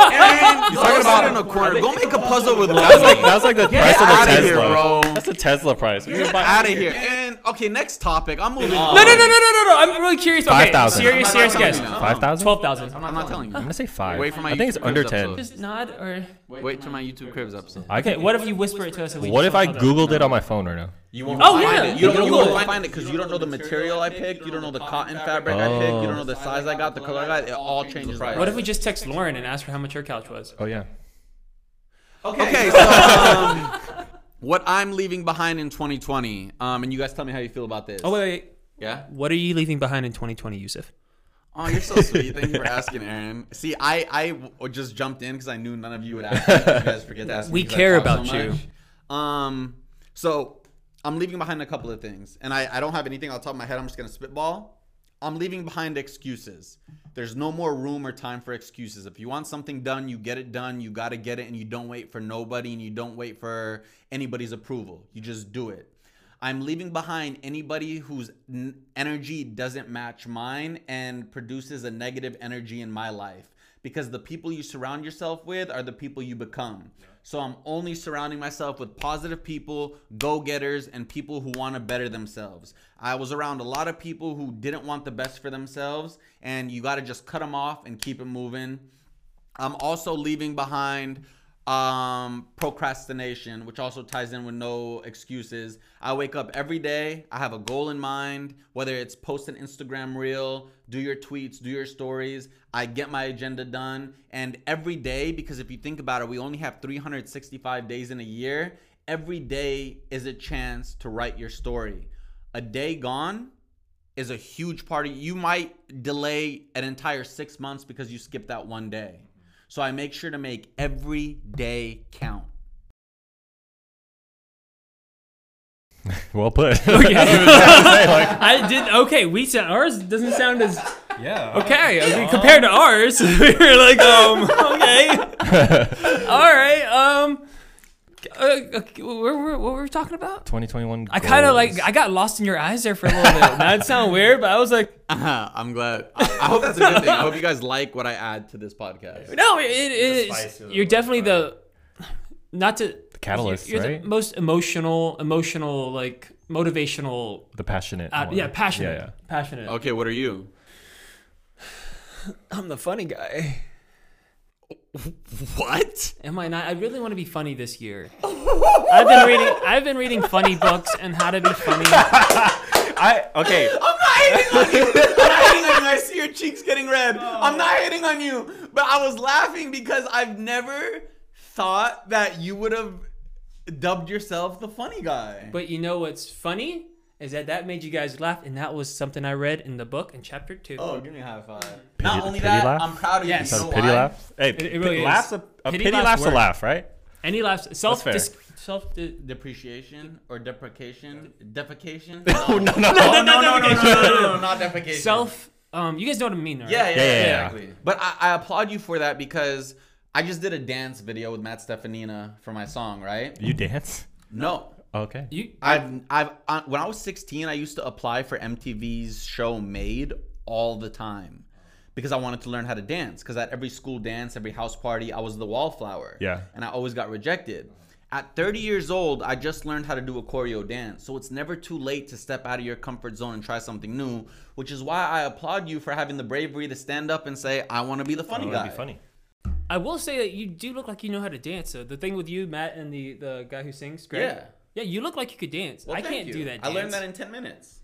[SPEAKER 1] Aaron, you're talking about in a corner. Go make a puzzle with
[SPEAKER 2] That's
[SPEAKER 1] Lauren.
[SPEAKER 2] like that's like the price
[SPEAKER 1] Get
[SPEAKER 2] of
[SPEAKER 1] out
[SPEAKER 2] the
[SPEAKER 1] of
[SPEAKER 2] Tesla.
[SPEAKER 1] here, bro.
[SPEAKER 2] That's the Tesla price. We were
[SPEAKER 1] Get
[SPEAKER 2] buying-
[SPEAKER 1] out of here. And okay, next topic. I'm moving. on.
[SPEAKER 3] No, no, no, no, no, no! I'm really curious. Okay,
[SPEAKER 2] Five thousand.
[SPEAKER 3] Serious, serious
[SPEAKER 1] Oh. I'm not
[SPEAKER 3] guess.
[SPEAKER 1] telling you now.
[SPEAKER 2] Five thousand.
[SPEAKER 3] Twelve thousand.
[SPEAKER 1] I'm not telling
[SPEAKER 2] I'm
[SPEAKER 1] you.
[SPEAKER 2] gonna say five.
[SPEAKER 1] Wait for my
[SPEAKER 2] I think it's
[SPEAKER 1] YouTube
[SPEAKER 2] under
[SPEAKER 1] Cribs
[SPEAKER 2] ten.
[SPEAKER 1] episode.
[SPEAKER 3] Just nod or.
[SPEAKER 1] Wait till my YouTube Cribs episode.
[SPEAKER 2] I
[SPEAKER 3] Okay,
[SPEAKER 2] can,
[SPEAKER 3] what if you whisper it to us? And we
[SPEAKER 2] what
[SPEAKER 3] just
[SPEAKER 2] if I
[SPEAKER 3] don't know?
[SPEAKER 2] googled it on my phone right now?
[SPEAKER 1] You won't
[SPEAKER 3] Oh,
[SPEAKER 1] find
[SPEAKER 3] yeah.
[SPEAKER 1] it. You
[SPEAKER 3] You
[SPEAKER 1] don't, you
[SPEAKER 3] will.
[SPEAKER 1] won't find it because you don't know the material I picked. You don't know the cotton fabric I picked. You don't know the size I got, the color I got. It all changes. the price.
[SPEAKER 3] What if we just text Lauren and ask her how much her couch was?
[SPEAKER 2] Oh yeah.
[SPEAKER 1] Okay, so um, what I'm leaving behind in 2020, um, and you guys tell me how you feel about this.
[SPEAKER 3] Oh wait, wait.
[SPEAKER 1] yeah.
[SPEAKER 3] What are you leaving behind in 2020, Yusuf?
[SPEAKER 1] Oh, you're so sweet. Thank you for asking, Aaron. See, I I w- just jumped in because I knew none of you would ask. Me. You guys forget to ask. me
[SPEAKER 3] We
[SPEAKER 1] 'cause I
[SPEAKER 3] care
[SPEAKER 1] talk so
[SPEAKER 3] about you.
[SPEAKER 1] much. Um, so I'm leaving behind a couple of things, and I I don't have anything off the top of my head. I'm just gonna spitball. I'm leaving behind excuses. There's no more room or time for excuses. If you want something done, you get it done. You got to get it, and you don't wait for nobody, and you don't wait for anybody's approval. You just do it. I'm leaving behind anybody whose n- energy doesn't match mine and produces a negative energy in my life because the people you surround yourself with are the people you become. So I'm only surrounding myself with positive people, go getters, and people who want to better themselves. I was around a lot of people who didn't want the best for themselves, and you got to just cut them off and keep it moving. I'm also leaving behind um procrastination which also ties in with no excuses i wake up every day i have a goal in mind whether it's post an instagram reel do your tweets do your stories i get my agenda done and every day because if you think about it we only have 365 days in a year every day is a chance to write your story a day gone is a huge part of you might delay an entire six months because you skipped that one day so i make sure to make every day count
[SPEAKER 2] Well put.
[SPEAKER 1] Oh,
[SPEAKER 3] I did. Okay, we sound ours doesn't sound as
[SPEAKER 2] yeah.
[SPEAKER 3] okay I mean, compared to ours. we were like, um, okay, all right, um, Uh, okay, what, were- what were we talking about?
[SPEAKER 2] 2021.
[SPEAKER 3] I kind of
[SPEAKER 2] goals.
[SPEAKER 3] like I got lost in your eyes there for a little bit. That sound weird, but I was like,
[SPEAKER 1] Uh-huh, I'm glad. I, I hope that's a good thing. I hope you guys like what I add to this podcast.
[SPEAKER 3] no, it, it is.
[SPEAKER 2] spice of the
[SPEAKER 3] You're definitely
[SPEAKER 2] world,
[SPEAKER 3] the not to
[SPEAKER 2] catalyst,
[SPEAKER 3] You're
[SPEAKER 2] right?
[SPEAKER 3] the most emotional, emotional, like motivational.
[SPEAKER 2] the passionate.
[SPEAKER 3] Uh,
[SPEAKER 2] one.
[SPEAKER 3] yeah, passionate,
[SPEAKER 2] yeah.
[SPEAKER 3] passionate.
[SPEAKER 1] Okay, what are you?
[SPEAKER 3] I'm the funny guy.
[SPEAKER 1] What?
[SPEAKER 3] Am I not? I really want to be funny this year. I've been reading. I've been reading funny books and how to be funny.
[SPEAKER 2] I okay.
[SPEAKER 1] I'm not hating on you. I'm not hating on you. I see your cheeks getting red. I'm not hating on you. But I was laughing because I've never thought that you would have dubbed yourself the funny guy.
[SPEAKER 3] But you know what's funny is that that made you guys laugh, and that was something I read in the book in chapter two.
[SPEAKER 1] oh, give me a high five.
[SPEAKER 2] Pity-
[SPEAKER 1] not only
[SPEAKER 2] pity
[SPEAKER 1] that,
[SPEAKER 2] laugh?
[SPEAKER 1] I'm proud of you.
[SPEAKER 3] Yes.
[SPEAKER 1] you.
[SPEAKER 2] Is that
[SPEAKER 1] know
[SPEAKER 2] a pity
[SPEAKER 1] why?
[SPEAKER 2] laugh. Hey,
[SPEAKER 3] it really
[SPEAKER 2] p-
[SPEAKER 3] is.
[SPEAKER 2] laughs a, a
[SPEAKER 3] Pity
[SPEAKER 2] pity,
[SPEAKER 3] laughs
[SPEAKER 2] laughs a
[SPEAKER 3] work.
[SPEAKER 2] laugh, right?
[SPEAKER 3] And he laughs. Self,
[SPEAKER 2] fair.
[SPEAKER 3] dis- self. Di-
[SPEAKER 1] Depreciation or deprecation? Defecation?
[SPEAKER 2] Oh no, no,
[SPEAKER 1] Oh, no, no, no, no, no, no, no, no, not defecation.
[SPEAKER 3] self. Um, you guys know what I mean, right?
[SPEAKER 1] Yeah, yeah,
[SPEAKER 2] Yeah,
[SPEAKER 1] yeah,
[SPEAKER 2] yeah, yeah.
[SPEAKER 1] exactly. But I, I applaud you for that because I just did a dance video with Matt Stefanina for my song, right?
[SPEAKER 2] You dance?
[SPEAKER 1] No.
[SPEAKER 2] Okay.
[SPEAKER 3] You.
[SPEAKER 1] I've I've uh, when I was 16, I used to apply for MTV's show Made all the time because I wanted to learn how to dance because at every school dance, every house party, I was the wallflower.
[SPEAKER 2] Yeah.
[SPEAKER 1] And I always got rejected. At 30 years old, I just learned how to do a choreo dance. So it's never too late to step out of your comfort zone and try something new, which is why I applaud you for having the bravery to stand up and say, I want to be the funny
[SPEAKER 2] That'd
[SPEAKER 1] guy.
[SPEAKER 2] be funny.
[SPEAKER 3] I will say that you do look like you know how to dance. So the thing with you, Matt, and the the guy who sings, Greg.
[SPEAKER 1] Yeah.
[SPEAKER 3] Yeah, you look like you could dance.
[SPEAKER 1] Well,
[SPEAKER 3] I
[SPEAKER 1] thank
[SPEAKER 3] can't
[SPEAKER 1] you.
[SPEAKER 3] do that. Dance.
[SPEAKER 1] I learned that in 10 minutes.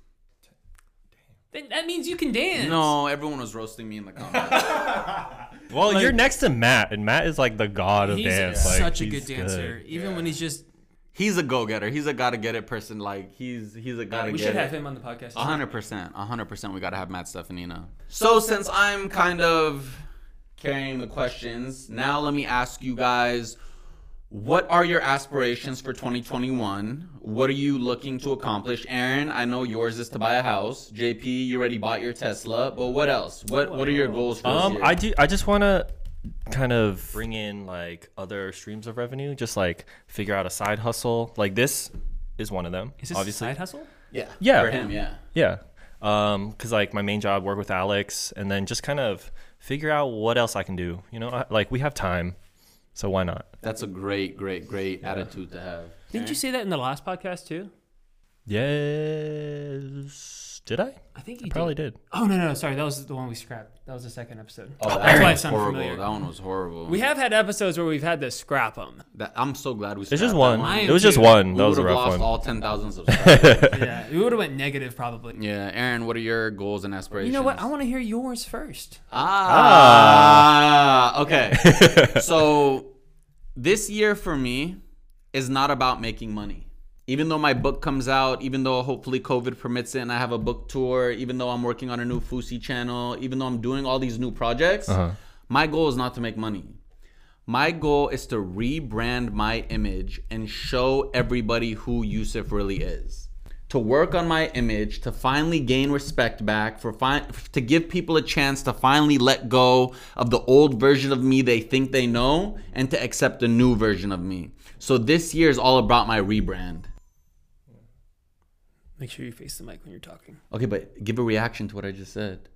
[SPEAKER 3] Then that means you can dance.
[SPEAKER 1] No, everyone was roasting me in the comments.
[SPEAKER 2] Well, you're next to Matt, and Matt is like the god of
[SPEAKER 3] He's
[SPEAKER 2] dance. Like,
[SPEAKER 3] such a
[SPEAKER 2] he's
[SPEAKER 3] good dancer. Even when he's just,
[SPEAKER 1] he's a go-getter. He's a gotta-get-it person. Like he's he's a gotta-get.
[SPEAKER 3] we should have him on the podcast.
[SPEAKER 1] A hundred percent, a hundred percent. We gotta have Matt Stefanina. So since I'm kind of carrying the questions, now let me ask you guys: What are your aspirations for 2021? What are you looking to accomplish? Aaron, I know yours is to buy a house. JP, you already bought your Tesla, but what else? What what are your goals for this
[SPEAKER 2] Um,
[SPEAKER 1] year?
[SPEAKER 2] I do. I just want to kind of bring in like other streams of revenue. Just like figure out a side hustle. Like this is one of them.
[SPEAKER 3] Is this
[SPEAKER 2] obviously,
[SPEAKER 3] a side hustle?
[SPEAKER 1] yeah,
[SPEAKER 2] Yeah.
[SPEAKER 1] for him, yeah.
[SPEAKER 2] yeah. Um, cause like my main job, work with Alex, and then just kind of figure out what else I can do. You know, I, like we have time, so why not?
[SPEAKER 1] That's a great, great, great attitude to have.
[SPEAKER 3] Didn't you say that in the last podcast too?
[SPEAKER 2] Yes. Did I?
[SPEAKER 3] I think you
[SPEAKER 2] Probably
[SPEAKER 3] did.
[SPEAKER 2] did.
[SPEAKER 3] Oh no, no, sorry, that was the one we scrapped. That was the second episode.
[SPEAKER 1] Oh, that
[SPEAKER 3] That's
[SPEAKER 1] one
[SPEAKER 3] why it
[SPEAKER 1] was
[SPEAKER 3] sounded
[SPEAKER 1] horrible.
[SPEAKER 3] familiar.
[SPEAKER 1] That one was horrible.
[SPEAKER 3] We have had episodes where we've had to scrap them.
[SPEAKER 1] That, I'm so glad we.
[SPEAKER 2] It's just
[SPEAKER 1] scrapped that
[SPEAKER 2] one.
[SPEAKER 3] I am
[SPEAKER 2] It was just
[SPEAKER 3] too.
[SPEAKER 2] one.
[SPEAKER 1] We
[SPEAKER 2] That was a
[SPEAKER 1] would've
[SPEAKER 2] rough
[SPEAKER 1] lost
[SPEAKER 2] one.
[SPEAKER 1] all ten thousand subscribers.
[SPEAKER 3] yeah, we would have went negative probably.
[SPEAKER 1] yeah, Aaron, what are your goals and aspirations?
[SPEAKER 3] You know what? I want to hear yours first.
[SPEAKER 1] ah, okay. so this year for me is not about making money. Even though my book comes out, even though hopefully COVID permits it, and I have a book tour, even though I'm working on a new Fusi channel, even though I'm doing all these new projects, my goal is not to make money. My goal is to rebrand my image and show everybody who Yusuf really is. To work on my image, to finally gain respect back, for fi- to give people a chance to finally let go of the old version of me they think they know and to accept the new version of me. So this year is all about my rebrand.
[SPEAKER 3] Make sure you face the mic when you're talking.
[SPEAKER 1] Okay, but give a reaction to what I just said.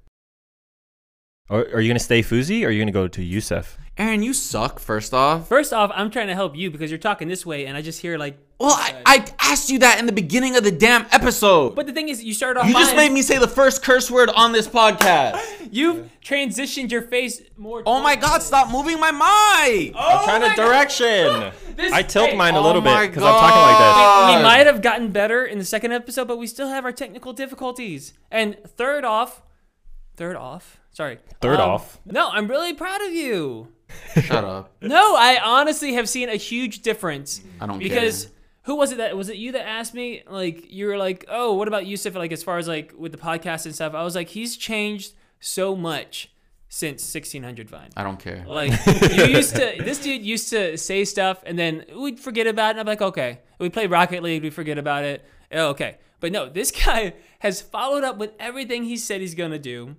[SPEAKER 2] Are, are you gonna stay Fuzi or are you gonna go to Yusef?
[SPEAKER 1] Aaron, you suck, first off.
[SPEAKER 3] First off, I'm trying to help you because you're talking this way, and I just hear like.
[SPEAKER 1] Well, I, I asked you that in the beginning of the damn episode.
[SPEAKER 3] But the thing is, you started off.
[SPEAKER 1] you just
[SPEAKER 3] fine.
[SPEAKER 1] made me say the first curse word on this podcast.
[SPEAKER 3] You've transitioned your face more.
[SPEAKER 1] Oh my
[SPEAKER 3] towards-
[SPEAKER 1] god, stop moving my mic!
[SPEAKER 2] I'm trying to direction.
[SPEAKER 3] Oh This-
[SPEAKER 2] I tilt
[SPEAKER 3] hey,
[SPEAKER 2] mine a
[SPEAKER 1] oh
[SPEAKER 2] little
[SPEAKER 1] my
[SPEAKER 2] bit because I'm talking like
[SPEAKER 1] God.
[SPEAKER 3] We might have gotten better in the second episode, but we still have our technical difficulties. And third off, third off, sorry. Um,
[SPEAKER 2] Third off?
[SPEAKER 3] No, I'm really proud of you.
[SPEAKER 1] Shut up.
[SPEAKER 3] No, I honestly have seen a huge difference.
[SPEAKER 1] I don't
[SPEAKER 3] because
[SPEAKER 1] care.
[SPEAKER 3] who was it that was it you that asked me like you were like oh what about Yusuf like as far as like with the podcast and stuff I was like he's changed so much since 1600 Vine.
[SPEAKER 1] I don't care.
[SPEAKER 3] Like you used to, this dude used to say stuff, and then we'd forget about it. And I'm like, okay, we play Rocket League, we forget about it. Oh, okay, but no, this guy has followed up with everything he said he's gonna do.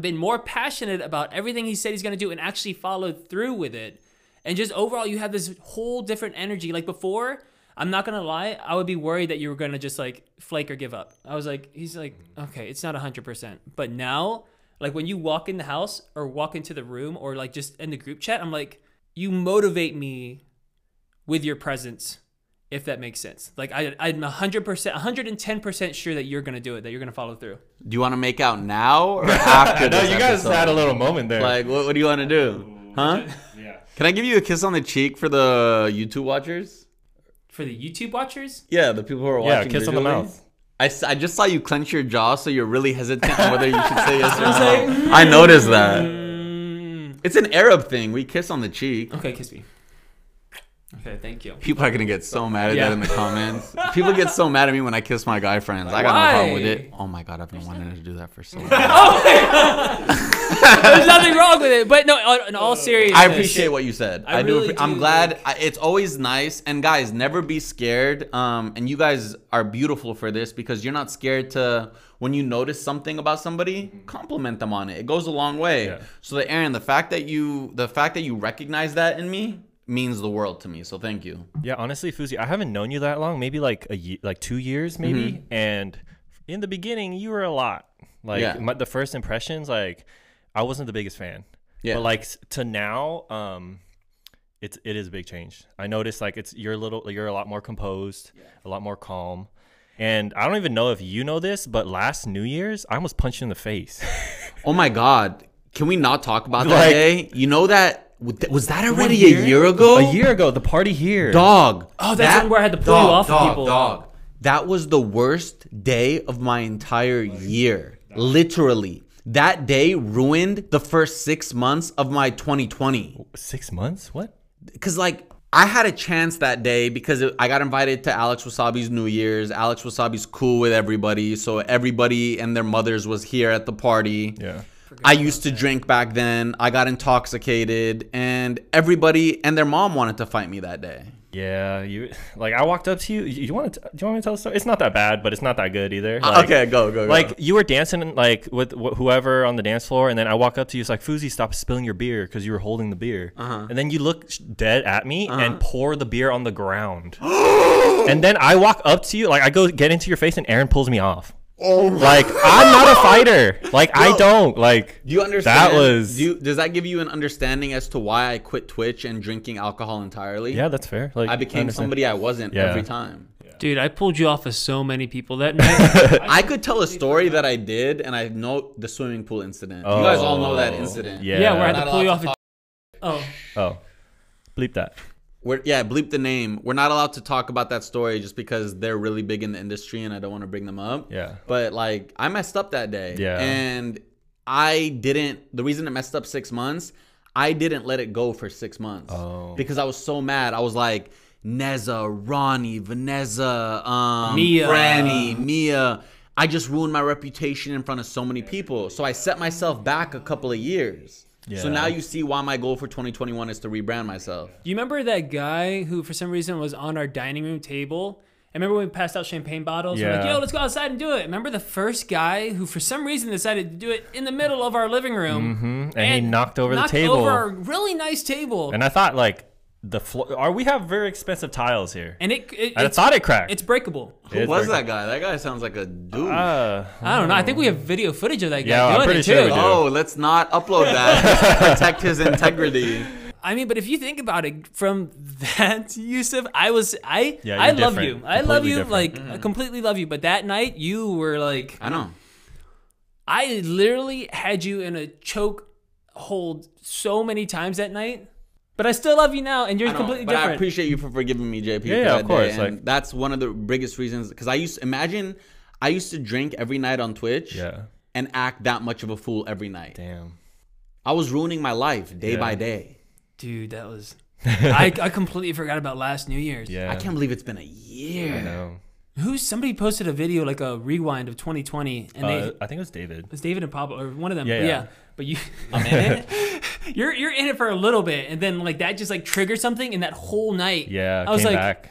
[SPEAKER 3] Been more passionate about everything he said he's gonna do, and actually followed through with it. And just overall, you have this whole different energy. Like before, I'm not gonna lie, I would be worried that you were gonna just like flake or give up. I was like, he's like, okay, it's not hundred percent. But now, like when you walk in the house or walk into the room or like just in the group chat, I'm like, you motivate me with your presence, if that makes sense. Like I, I'm hundred percent, hundred and ten percent sure that you're gonna do it, that you're gonna follow through.
[SPEAKER 1] Do you want to make out now or after?
[SPEAKER 2] No,
[SPEAKER 1] this
[SPEAKER 2] you guys
[SPEAKER 1] episode?
[SPEAKER 2] had a little moment there.
[SPEAKER 1] Like, what, what do you want to do? Huh?
[SPEAKER 2] yeah.
[SPEAKER 1] Can I give you a kiss on the cheek for the YouTube watchers?
[SPEAKER 3] For the YouTube watchers,
[SPEAKER 1] Yeah, the people who are
[SPEAKER 2] Yeah,
[SPEAKER 1] watching.
[SPEAKER 2] kiss on the
[SPEAKER 1] visually.
[SPEAKER 2] mouth.
[SPEAKER 1] I, s- I just saw you clench your jaw, so you're really hesitant on whether you should say yes or
[SPEAKER 3] I was
[SPEAKER 1] no. I mm. noticed that.
[SPEAKER 3] mm,
[SPEAKER 1] It's an Arab thing. We kiss on the cheek.
[SPEAKER 3] okay, kiss me. Okay, thank you.
[SPEAKER 1] People are gonna get so mad at
[SPEAKER 3] Yeah.
[SPEAKER 1] that in the comments. People get so mad at me when I kiss my guy friends. I got no problem with it.
[SPEAKER 3] Why?
[SPEAKER 1] Oh my god, I've been wanting to do that for so long.
[SPEAKER 3] There's nothing wrong with it, but no, on- in all seriousness,
[SPEAKER 1] I appreciate what you said. I,
[SPEAKER 3] I
[SPEAKER 1] do.
[SPEAKER 3] really
[SPEAKER 1] appre- I'm
[SPEAKER 3] do,
[SPEAKER 1] glad.
[SPEAKER 3] like-
[SPEAKER 1] I, it's always nice. And guys, never be scared. Um, and you guys are beautiful for this because you're not scared to when you notice something about somebody, compliment them on it. It goes a long way.
[SPEAKER 2] Yeah.
[SPEAKER 1] So, that Aaron, the fact that you the fact that you recognize that in me means the world to me. So, thank you.
[SPEAKER 2] Yeah, honestly, Fuzi, I haven't known you that long. Maybe like a ye- like two years, maybe.
[SPEAKER 1] Mm-hmm.
[SPEAKER 2] And in the beginning, you were a lot. Like
[SPEAKER 1] Yeah.
[SPEAKER 2] my, the first impressions, like I wasn't the biggest fan.
[SPEAKER 1] Yeah.
[SPEAKER 2] But like s- to now, um, it's it is a big change. I noticed like it's you're a little you're a lot more composed, a lot more calm. And I don't even know if you know this, but last New Year's, I almost punched you in the face.
[SPEAKER 1] Oh my God, can we not talk about that
[SPEAKER 2] Like-
[SPEAKER 1] day? You know that was that already a
[SPEAKER 3] year?
[SPEAKER 1] year ago?
[SPEAKER 2] a year ago, the party here.
[SPEAKER 1] Dog.
[SPEAKER 3] Oh, that's when where I had to pull you off of people.
[SPEAKER 1] That was the worst day of my entire year. Literally. That day ruined the first six months of my 2020.
[SPEAKER 2] Six months? What?
[SPEAKER 1] Because, like, I had a chance that day because it- I got invited to Alex Wasabi's New Year's. Alex Wasabi's cool with everybody. So, everybody and their mothers was here at the party.
[SPEAKER 2] Yeah.
[SPEAKER 1] I used to drink back then. I got intoxicated, and everybody and their mom wanted to fight me that day.
[SPEAKER 2] Yeah, you like I walked up to you. You, you want to? Do you want me to tell the story? It's not that bad, but it's not that good either. Like,
[SPEAKER 1] Uh, okay, go, go, go.
[SPEAKER 2] Like you were dancing like with wh- whoever on the dance floor, and then I walk up to you. It's like Fuzi, stop spilling your beer because you were holding the beer.
[SPEAKER 1] Uh-huh.
[SPEAKER 2] And then you look sh- dead at me and pour the beer on the ground. and then I walk up to you, like I go get into your face, and Aaron pulls me off.
[SPEAKER 1] Oh my
[SPEAKER 2] Like I'm not a fighter. Like I don't like.
[SPEAKER 1] Do you understand?
[SPEAKER 2] That was.
[SPEAKER 1] Do you, does that give you an understanding as to why I quit Twitch and drinking alcohol entirely?
[SPEAKER 2] yeah, that's fair. Like
[SPEAKER 1] I became
[SPEAKER 2] understand.
[SPEAKER 1] somebody I wasn't
[SPEAKER 2] Yeah.
[SPEAKER 1] every time.
[SPEAKER 3] Dude, I pulled you off of so many people that night.
[SPEAKER 1] I could tell a story that I did, and I know the swimming pool incident. you guys all know that
[SPEAKER 2] Oh,
[SPEAKER 1] incident.
[SPEAKER 2] Yeah.
[SPEAKER 3] yeah, where I had
[SPEAKER 1] Not
[SPEAKER 3] to pull you
[SPEAKER 1] allowed
[SPEAKER 3] off.
[SPEAKER 1] to
[SPEAKER 3] Of, oh,
[SPEAKER 2] Oh, bleep that.
[SPEAKER 1] We're, yeah, bleep the name. We're not allowed to talk about that story just because they're really big in the industry, and I don't want to bring them up.
[SPEAKER 2] Yeah.
[SPEAKER 1] But like, I messed up that day.
[SPEAKER 2] Yeah.
[SPEAKER 1] And I didn't. The reason it messed up six months, I didn't let it go for six months
[SPEAKER 2] Oh.
[SPEAKER 1] because I was so mad. I was like, Neza, Ronnie, Vanessa, um,
[SPEAKER 3] Mia.
[SPEAKER 1] Franny, Mia. I just ruined my reputation in front of so many people. So I set myself back a couple of years. So
[SPEAKER 2] Yeah.
[SPEAKER 1] now you see why my goal for 2021 is to rebrand myself.
[SPEAKER 3] you remember that guy who, for some reason, was on our dining room table? I remember when we passed out champagne bottles. We're like,
[SPEAKER 2] Yeah.
[SPEAKER 3] yo, let's go outside and do it. Remember the first guy who, for some reason, decided to do it in the middle of our living room
[SPEAKER 2] And, he knocked over
[SPEAKER 3] knocked
[SPEAKER 2] the table.
[SPEAKER 3] over a really nice table, and,
[SPEAKER 2] And I thought like the floor. Are we have very expensive tiles here?
[SPEAKER 3] it, it
[SPEAKER 2] I
[SPEAKER 3] it's,
[SPEAKER 2] thought it cracked.
[SPEAKER 3] it's breakable.
[SPEAKER 1] Who
[SPEAKER 2] It's
[SPEAKER 1] was
[SPEAKER 2] very-
[SPEAKER 1] that guy? That guy sounds like a dude.
[SPEAKER 2] Uh,
[SPEAKER 3] I don't know. I think we have video footage of that guy
[SPEAKER 2] Yeah, I'm
[SPEAKER 3] doing
[SPEAKER 2] pretty
[SPEAKER 3] it
[SPEAKER 2] sure
[SPEAKER 3] too.
[SPEAKER 2] we do.
[SPEAKER 1] oh, let's not upload that. Let's protect his integrity.
[SPEAKER 3] I mean, but if you think about it, from that Yusuf, I was I
[SPEAKER 2] Yeah,
[SPEAKER 3] I
[SPEAKER 2] you're
[SPEAKER 3] love
[SPEAKER 2] different.
[SPEAKER 3] you. I love
[SPEAKER 2] Completely
[SPEAKER 3] you
[SPEAKER 2] different.
[SPEAKER 3] like
[SPEAKER 1] Mm-hmm.
[SPEAKER 3] I completely love you. But that night, you were like
[SPEAKER 1] I know.
[SPEAKER 3] I literally had you in a choke hold so many times that night. But I still love you now, and you're
[SPEAKER 1] I know,
[SPEAKER 3] completely
[SPEAKER 1] but
[SPEAKER 3] different.
[SPEAKER 1] I appreciate you for forgiving me, JP.
[SPEAKER 2] Yeah,
[SPEAKER 1] for
[SPEAKER 2] yeah,
[SPEAKER 1] that
[SPEAKER 2] of course,
[SPEAKER 1] Day. And
[SPEAKER 2] like-
[SPEAKER 1] that's one of the biggest reasons because I used imagine I used to drink every night on Twitch
[SPEAKER 2] yeah.
[SPEAKER 1] and act that much of a fool every night.
[SPEAKER 2] Damn.
[SPEAKER 1] I was ruining my life day
[SPEAKER 2] Yeah.
[SPEAKER 1] by day.
[SPEAKER 3] Dude, that was. I, I completely forgot about last New Year's.
[SPEAKER 2] Yeah.
[SPEAKER 1] I can't believe it's been a
[SPEAKER 2] I
[SPEAKER 1] year.
[SPEAKER 2] know.
[SPEAKER 3] Who? Somebody posted a video like a rewind of 2020, and they
[SPEAKER 2] Uh,
[SPEAKER 3] it
[SPEAKER 2] I think it was David.
[SPEAKER 3] was David and Pablo or one of them.
[SPEAKER 2] Yeah,
[SPEAKER 3] but
[SPEAKER 2] yeah.
[SPEAKER 3] yeah. But you, I'm in it. You're you're in it for a little bit, and then like that just like triggers something, and that whole night.
[SPEAKER 2] Yeah.
[SPEAKER 3] I was
[SPEAKER 2] came
[SPEAKER 3] like
[SPEAKER 2] back.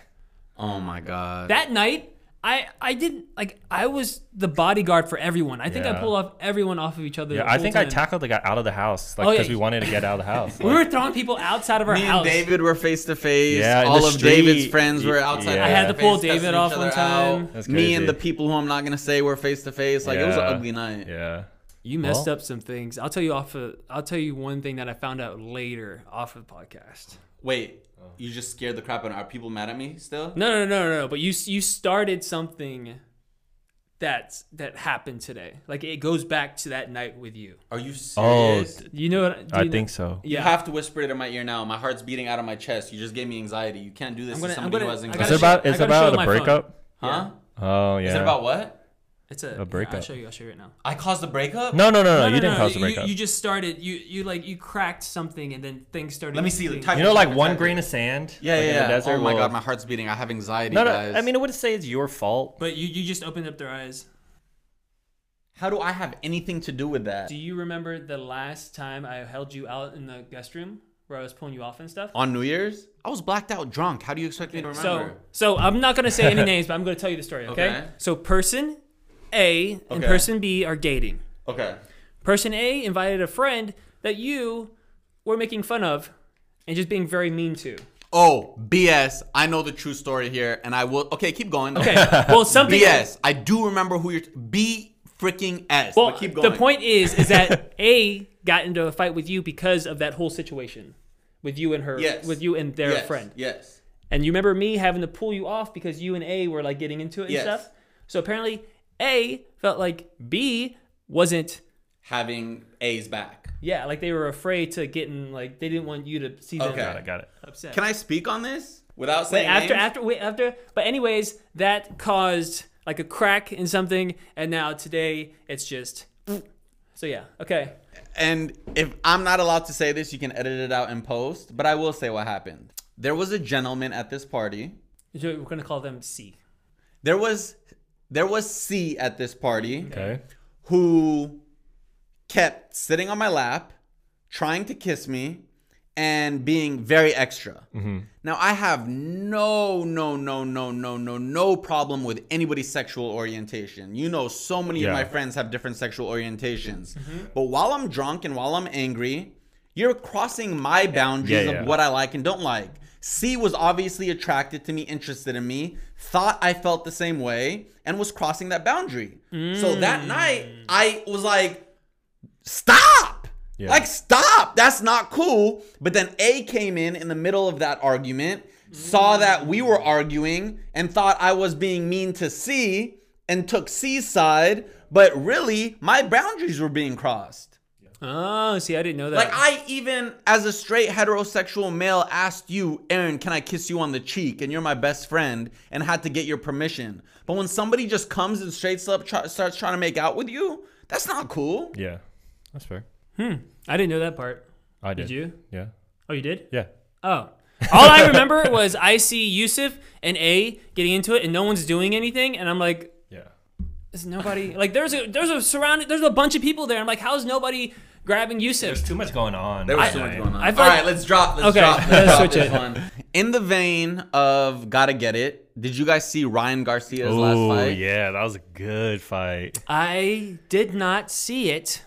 [SPEAKER 1] Oh my god.
[SPEAKER 3] that night. I I didn't like I was the bodyguard for everyone. I think I
[SPEAKER 2] Yeah.
[SPEAKER 3] pulled off everyone off of each other.
[SPEAKER 2] Yeah,
[SPEAKER 3] the
[SPEAKER 2] I
[SPEAKER 3] whole
[SPEAKER 2] think I
[SPEAKER 3] time.
[SPEAKER 2] tackled the guy out of the house, like
[SPEAKER 3] Oh, yeah.
[SPEAKER 2] because we wanted to get out of the house.
[SPEAKER 3] We
[SPEAKER 2] Like,
[SPEAKER 3] were throwing people outside of our
[SPEAKER 1] Me and
[SPEAKER 3] house.
[SPEAKER 1] David were face to face.
[SPEAKER 2] Yeah, in
[SPEAKER 1] All
[SPEAKER 2] the
[SPEAKER 1] of David's
[SPEAKER 2] street.
[SPEAKER 1] friends were
[SPEAKER 2] Y-
[SPEAKER 1] outside.
[SPEAKER 2] yeah.
[SPEAKER 1] our
[SPEAKER 2] I had to
[SPEAKER 1] face
[SPEAKER 3] pull
[SPEAKER 1] testing
[SPEAKER 3] David
[SPEAKER 1] each
[SPEAKER 3] off
[SPEAKER 1] other
[SPEAKER 3] one time.
[SPEAKER 1] out.
[SPEAKER 2] That's
[SPEAKER 1] Me and
[SPEAKER 2] crazy.
[SPEAKER 1] the people who I'm not gonna say were face to face. Like it was an
[SPEAKER 2] Yeah.
[SPEAKER 1] ugly night.
[SPEAKER 2] yeah,
[SPEAKER 3] You messed
[SPEAKER 2] Well.
[SPEAKER 3] up some things. I'll tell you off. Of, I'll tell you one thing that I found out later off of the podcast.
[SPEAKER 1] Wait, you just scared the crap out. of Are people mad at me still?
[SPEAKER 3] No, no, no, no, no. But you s- you started something that's that happened today. Like it goes back to that night with you.
[SPEAKER 1] Are you
[SPEAKER 2] Oh,
[SPEAKER 1] serious?
[SPEAKER 2] d-
[SPEAKER 3] You know what? do
[SPEAKER 2] I
[SPEAKER 3] you know-
[SPEAKER 2] think so.
[SPEAKER 1] You
[SPEAKER 3] Yeah.
[SPEAKER 1] have to whisper it in my ear now. My heart's beating out of my chest. You just gave me anxiety. You can't do this
[SPEAKER 3] I'm
[SPEAKER 1] to
[SPEAKER 3] gonna- I'm
[SPEAKER 1] somebody who
[SPEAKER 3] gonna-
[SPEAKER 1] hasn't.
[SPEAKER 3] I
[SPEAKER 1] got
[SPEAKER 2] Is it
[SPEAKER 3] gotta
[SPEAKER 1] it.
[SPEAKER 3] show-
[SPEAKER 2] about
[SPEAKER 3] I
[SPEAKER 2] is
[SPEAKER 3] gotta show
[SPEAKER 2] about
[SPEAKER 3] my
[SPEAKER 2] a
[SPEAKER 3] phone.
[SPEAKER 2] breakup?
[SPEAKER 1] Huh?
[SPEAKER 2] Oh yeah.
[SPEAKER 1] Is it about what?
[SPEAKER 3] it's a,
[SPEAKER 2] A breakup.
[SPEAKER 3] I'll show you. I'll show you right now.
[SPEAKER 1] I caused the breakup.
[SPEAKER 2] No, no, no, no. you didn't cause the
[SPEAKER 3] You-
[SPEAKER 2] breakup.
[SPEAKER 3] You,
[SPEAKER 2] You,
[SPEAKER 3] just started. You you like you cracked something, and then things started.
[SPEAKER 1] Let me see.
[SPEAKER 3] being-
[SPEAKER 1] Type
[SPEAKER 2] know,
[SPEAKER 1] it,
[SPEAKER 2] like
[SPEAKER 1] type it,
[SPEAKER 2] one
[SPEAKER 1] type it.
[SPEAKER 2] grain of sand.
[SPEAKER 1] Yeah,
[SPEAKER 2] like, in
[SPEAKER 1] yeah.
[SPEAKER 2] the
[SPEAKER 1] yeah.
[SPEAKER 2] desert
[SPEAKER 1] oh my
[SPEAKER 2] will-
[SPEAKER 1] god, my heart's beating. I have anxiety,
[SPEAKER 2] No, no.
[SPEAKER 1] guys.
[SPEAKER 2] I mean, I wouldn't say it's your fault.
[SPEAKER 3] But you you just opened up their eyes.
[SPEAKER 1] how do I have anything to do with that?
[SPEAKER 3] Do you remember the last time I held you out in the guest room where I was pulling you off and stuff?
[SPEAKER 1] On New Year's, I was blacked out, drunk. How do you expect me to remember?
[SPEAKER 3] So, so I'm not gonna say any names, but I'm gonna tell you the story, okay?
[SPEAKER 1] Okay.
[SPEAKER 3] So, person A and
[SPEAKER 1] Okay.
[SPEAKER 3] person B are dating.
[SPEAKER 1] okay.
[SPEAKER 3] Person A invited a friend that you were making fun of and just being very mean to.
[SPEAKER 1] Oh, BS. I know the true story here, and I will. Okay, keep going.
[SPEAKER 3] Okay, well, something.
[SPEAKER 1] BS. I do remember who you're. B freaking S.
[SPEAKER 3] Well,
[SPEAKER 1] but keep going.
[SPEAKER 3] the point is, is that A got into a fight with you because of that whole situation, with you and her,
[SPEAKER 1] Yes.
[SPEAKER 3] with you and their
[SPEAKER 1] yes,
[SPEAKER 3] friend.
[SPEAKER 1] Yes.
[SPEAKER 3] And you remember me having to pull you off because you and A were like getting into it and
[SPEAKER 1] Yes.
[SPEAKER 3] stuff. So apparently, A felt like B wasn't.
[SPEAKER 1] Having A's back.
[SPEAKER 3] Yeah, like they were afraid to get in. Like they didn't want you to see them
[SPEAKER 1] Okay.
[SPEAKER 2] Got it. Got it.
[SPEAKER 3] upset.
[SPEAKER 1] Can I speak on this without
[SPEAKER 3] Wait,
[SPEAKER 1] saying
[SPEAKER 3] after
[SPEAKER 1] names?
[SPEAKER 3] after wait, after. But anyways, that caused like a crack in something, and now today it's just. So yeah, okay.
[SPEAKER 1] And if I'm not allowed to say this, you can edit it out in post. But I will say what happened. There was a gentleman at this party.
[SPEAKER 3] So We're gonna call them C.
[SPEAKER 1] There was, there was C at this party.
[SPEAKER 2] Okay.
[SPEAKER 1] who kept sitting on my lap, trying to kiss me, and being very extra. Now, I have no, no, no, no, no, no, no problem with anybody's sexual orientation. You know, so many of
[SPEAKER 2] Yeah.
[SPEAKER 1] my friends have different sexual orientations. But while I'm drunk and while I'm angry, you're crossing my boundaries
[SPEAKER 2] Yeah, yeah.
[SPEAKER 1] of what I like and don't like. C was obviously attracted to me, interested in me, thought I felt the same way, and was crossing that boundary. So
[SPEAKER 2] Mm.
[SPEAKER 1] that night, I was like, stop!
[SPEAKER 2] Yeah.
[SPEAKER 1] Like, stop! That's not cool. But then A came in in the middle of that argument, saw
[SPEAKER 2] Mm.
[SPEAKER 1] that we were arguing, and thought I was being mean to C and took C's side, but really, my boundaries were being crossed.
[SPEAKER 3] Oh, see, I didn't know that.
[SPEAKER 1] Like I even as a straight heterosexual male asked you, Aaron, can I kiss you on the cheek? And you're my best friend, and had to get your permission. But when somebody just comes and straight up try, starts trying to make out with you, that's not cool.
[SPEAKER 2] Yeah. That's fair.
[SPEAKER 3] I didn't know that part.
[SPEAKER 2] I did.
[SPEAKER 3] Did you?
[SPEAKER 2] Yeah.
[SPEAKER 3] Oh, you did?
[SPEAKER 2] Yeah.
[SPEAKER 3] Oh. All I remember was I see Yusuf and A getting into it and no one's doing anything and I'm like
[SPEAKER 2] Yeah.
[SPEAKER 3] is nobody like there's a there's a surrounded there's a bunch of people there. I'm like how's nobody grabbing Yusuf?
[SPEAKER 2] There's too much going on.
[SPEAKER 1] There was
[SPEAKER 2] that
[SPEAKER 1] so much
[SPEAKER 2] night.
[SPEAKER 1] going on.
[SPEAKER 3] I feel
[SPEAKER 1] All
[SPEAKER 3] like-
[SPEAKER 1] right, let's drop. Let's
[SPEAKER 3] Okay,
[SPEAKER 1] drop. Let's,
[SPEAKER 3] let's
[SPEAKER 1] drop
[SPEAKER 3] switch
[SPEAKER 1] this
[SPEAKER 3] it.
[SPEAKER 1] one. In the vein of gotta get it. Did you guys see Ryan Garcia's last
[SPEAKER 2] Oh
[SPEAKER 1] fight?
[SPEAKER 2] yeah, that was a good fight.
[SPEAKER 3] I did not see it,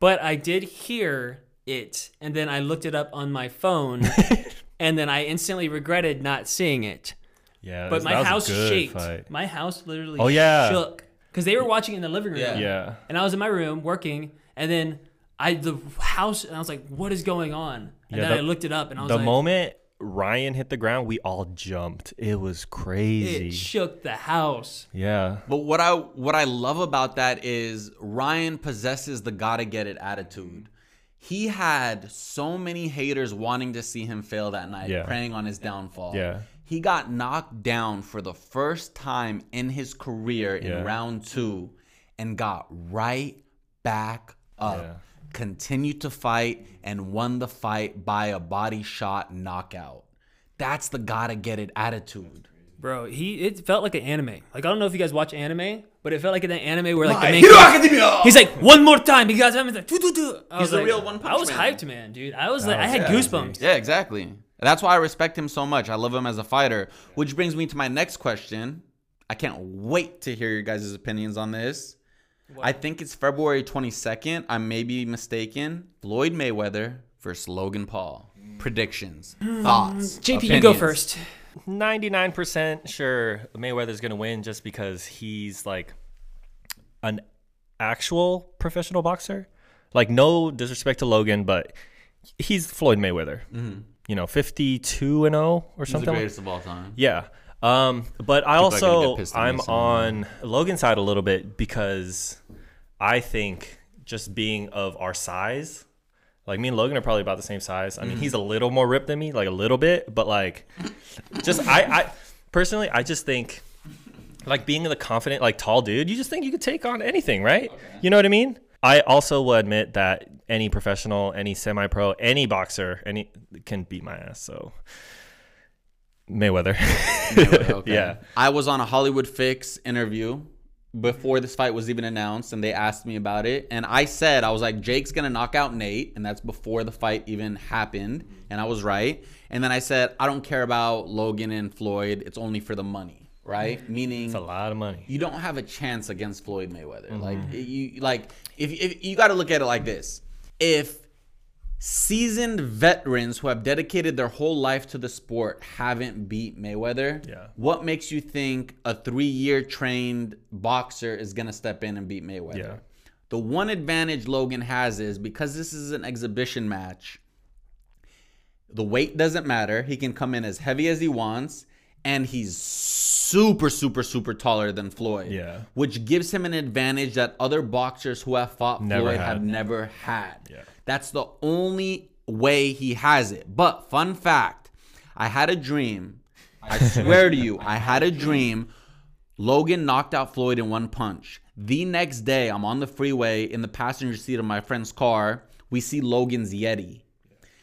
[SPEAKER 3] but I did hear it and then I looked it up on my phone and then I instantly regretted not seeing it.
[SPEAKER 2] Yeah,
[SPEAKER 3] But
[SPEAKER 2] that
[SPEAKER 3] my
[SPEAKER 2] was a
[SPEAKER 3] house
[SPEAKER 2] good
[SPEAKER 3] shook.
[SPEAKER 2] fight.
[SPEAKER 3] My house literally
[SPEAKER 2] Oh, yeah.
[SPEAKER 3] shook cuz they were watching in the living room.
[SPEAKER 1] Yeah.
[SPEAKER 2] Yeah,
[SPEAKER 3] and I was in my room working, and then I the house, and I was like, "What is going on?" And
[SPEAKER 2] Yeah,
[SPEAKER 3] then
[SPEAKER 2] the-
[SPEAKER 3] I looked it up, and I was
[SPEAKER 2] the
[SPEAKER 3] like,
[SPEAKER 2] moment Ryan hit the ground, we all jumped. It was crazy.
[SPEAKER 3] "It shook the house."
[SPEAKER 2] yeah,
[SPEAKER 1] But what I what I love about that is Ryan possesses the gotta get it attitude. He had so many haters wanting to see him fail that night,
[SPEAKER 2] Yeah.
[SPEAKER 1] preying on his downfall.
[SPEAKER 2] Yeah.
[SPEAKER 1] He got knocked down for the first time in his career in
[SPEAKER 2] Yeah.
[SPEAKER 1] round two and got right back up.
[SPEAKER 2] Yeah.
[SPEAKER 1] Continued to fight and won the fight by a body shot knockout. That's the gotta get it attitude.
[SPEAKER 3] Bro, he it felt like an anime. Like I don't know if you guys watch anime, but it felt like an anime where like the
[SPEAKER 1] My
[SPEAKER 3] main
[SPEAKER 1] Hero
[SPEAKER 3] character-
[SPEAKER 1] Academia!
[SPEAKER 3] He's like one more time. He got like, doo, doo, doo. I was
[SPEAKER 1] the
[SPEAKER 3] like-
[SPEAKER 1] real One Punch
[SPEAKER 3] I was
[SPEAKER 1] Man.
[SPEAKER 3] hyped, man, dude. I was like, I
[SPEAKER 2] was
[SPEAKER 3] had
[SPEAKER 2] crazy.
[SPEAKER 3] goosebumps.
[SPEAKER 1] Yeah, exactly. That's why I respect him so much. I love him as a fighter, which brings me to my next question. I can't wait to hear your guys' opinions on this. I think it's February 22nd. I may be mistaken. Floyd Mayweather versus Logan Paul. Predictions, thoughts.
[SPEAKER 3] JP, Mm. you go
[SPEAKER 1] opinions.
[SPEAKER 3] first.
[SPEAKER 2] 99% sure Mayweather's going to win just because he's like an actual professional boxer. Like, no disrespect to Logan, but he's Floyd Mayweather. You know, 52 and 0 or
[SPEAKER 1] He's the
[SPEAKER 2] something. like-
[SPEAKER 1] greatest of all time.
[SPEAKER 2] yeah. Um, but I
[SPEAKER 1] People are gonna
[SPEAKER 2] also
[SPEAKER 1] get pissed at me
[SPEAKER 2] I'm
[SPEAKER 1] somehow.
[SPEAKER 2] on Logan's side a little bit because I think just being of our size, like me and Logan are probably about the same size. I mean,
[SPEAKER 1] Mm-hmm.
[SPEAKER 2] he's a little more ripped than me, like a little bit, but like just I, I personally I just think like being the confident, like tall dude, you just think you could take on anything, right? You know what I mean? I also will admit that any professional, any semi-pro, any boxer, any can beat my ass. So Mayweather.
[SPEAKER 1] Okay.
[SPEAKER 2] Yeah.
[SPEAKER 1] I was on a Hollywood Fix interview before this fight was even announced, and they asked me about it. And I said, I was like, Jake's going to knock out Nate. And that's before the fight even happened. And I was right. And then I said, I don't care about Logan and Floyd. It's only for the money, right? Meaning.
[SPEAKER 2] It's a lot of money.
[SPEAKER 1] you don't have a chance against Floyd Mayweather.
[SPEAKER 2] Mm-hmm.
[SPEAKER 1] Like you, like if, if you got to look at it like this: if seasoned veterans who have dedicated their whole life to the sport haven't beat Mayweather,
[SPEAKER 2] Yeah.
[SPEAKER 1] what makes you think a three-year trained boxer is gonna step in and beat Mayweather?
[SPEAKER 2] Yeah.
[SPEAKER 1] The one advantage Logan has is because this is an exhibition match. The weight doesn't matter. He can come in as heavy as he wants, and he's super, super, super taller than Floyd.
[SPEAKER 2] Yeah.
[SPEAKER 1] Which gives him an advantage that other boxers who have fought
[SPEAKER 2] Never
[SPEAKER 1] Floyd
[SPEAKER 2] had.
[SPEAKER 1] have never had. That's the only way he has it. But fun fact, I had a dream. I swear to you, I had a dream. Logan knocked out Floyd in one punch. The next day, I'm on the freeway in the passenger seat of my friend's car. We see Logan's Yeti.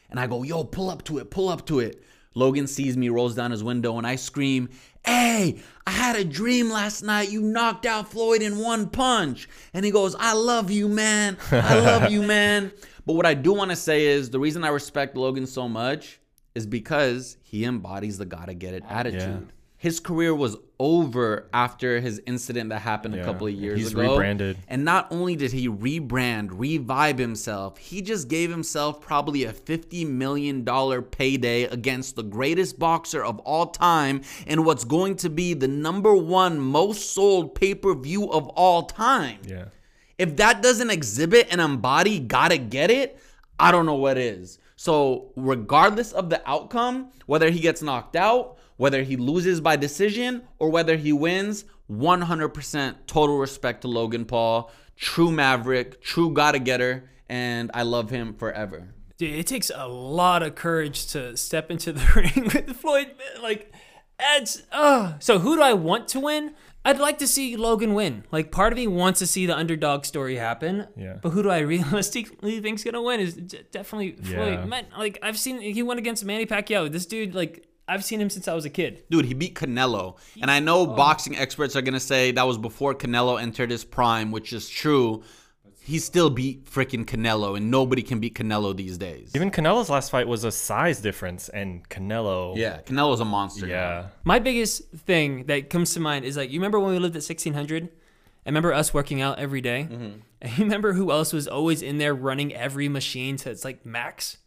[SPEAKER 1] And I go, yo, pull up to it, pull up to it. Logan sees me, rolls down his window, and I scream, hey, I had a dream last night. You knocked out Floyd in one punch. And he goes, I love you, man. I love you, man. But what I do want to say is the reason I respect Logan so much is because he embodies the gotta get it attitude. His career was over after his incident that happened a
[SPEAKER 2] Yeah.
[SPEAKER 1] couple of years
[SPEAKER 2] He's
[SPEAKER 1] ago.
[SPEAKER 2] rebranded.
[SPEAKER 1] And not only did he rebrand, revive himself, he just gave himself probably a $50 million payday against the greatest boxer of all time and what's going to be the number one most sold pay per view of all time.
[SPEAKER 2] Yeah.
[SPEAKER 1] If that doesn't exhibit and embody gotta get it, I don't know what is. So, regardless of the outcome, whether he gets knocked out, whether he loses by decision, or whether he wins, 100% total respect to Logan Paul, true maverick, true gotta getter, and I love him forever.
[SPEAKER 3] Dude, it takes a lot of courage to step into the ring with Floyd. Like, that's uh. So who do I want to win? I'd like to see Logan win. Like, part of me wants to see the underdog story happen.
[SPEAKER 2] Yeah.
[SPEAKER 3] But who do I realistically think's gonna win is d- definitely Floyd.
[SPEAKER 2] Yeah.
[SPEAKER 3] Man, like I've seen he went against Manny Pacquiao. This dude, like I've seen him since I was a kid.
[SPEAKER 1] Dude, he beat Canelo. And I know boxing experts are going to say that was before Canelo entered his prime, which is true. He still beat freaking Canelo, and nobody can beat Canelo these days.
[SPEAKER 2] Even Canelo's last fight was a size difference, and Canelo.
[SPEAKER 1] Yeah, Canelo's a monster.
[SPEAKER 2] Yeah.
[SPEAKER 3] My biggest thing that comes to mind is like you remember when we lived at 1600? I remember us working out every day? And you remember who else was always in there running every machine to its like max?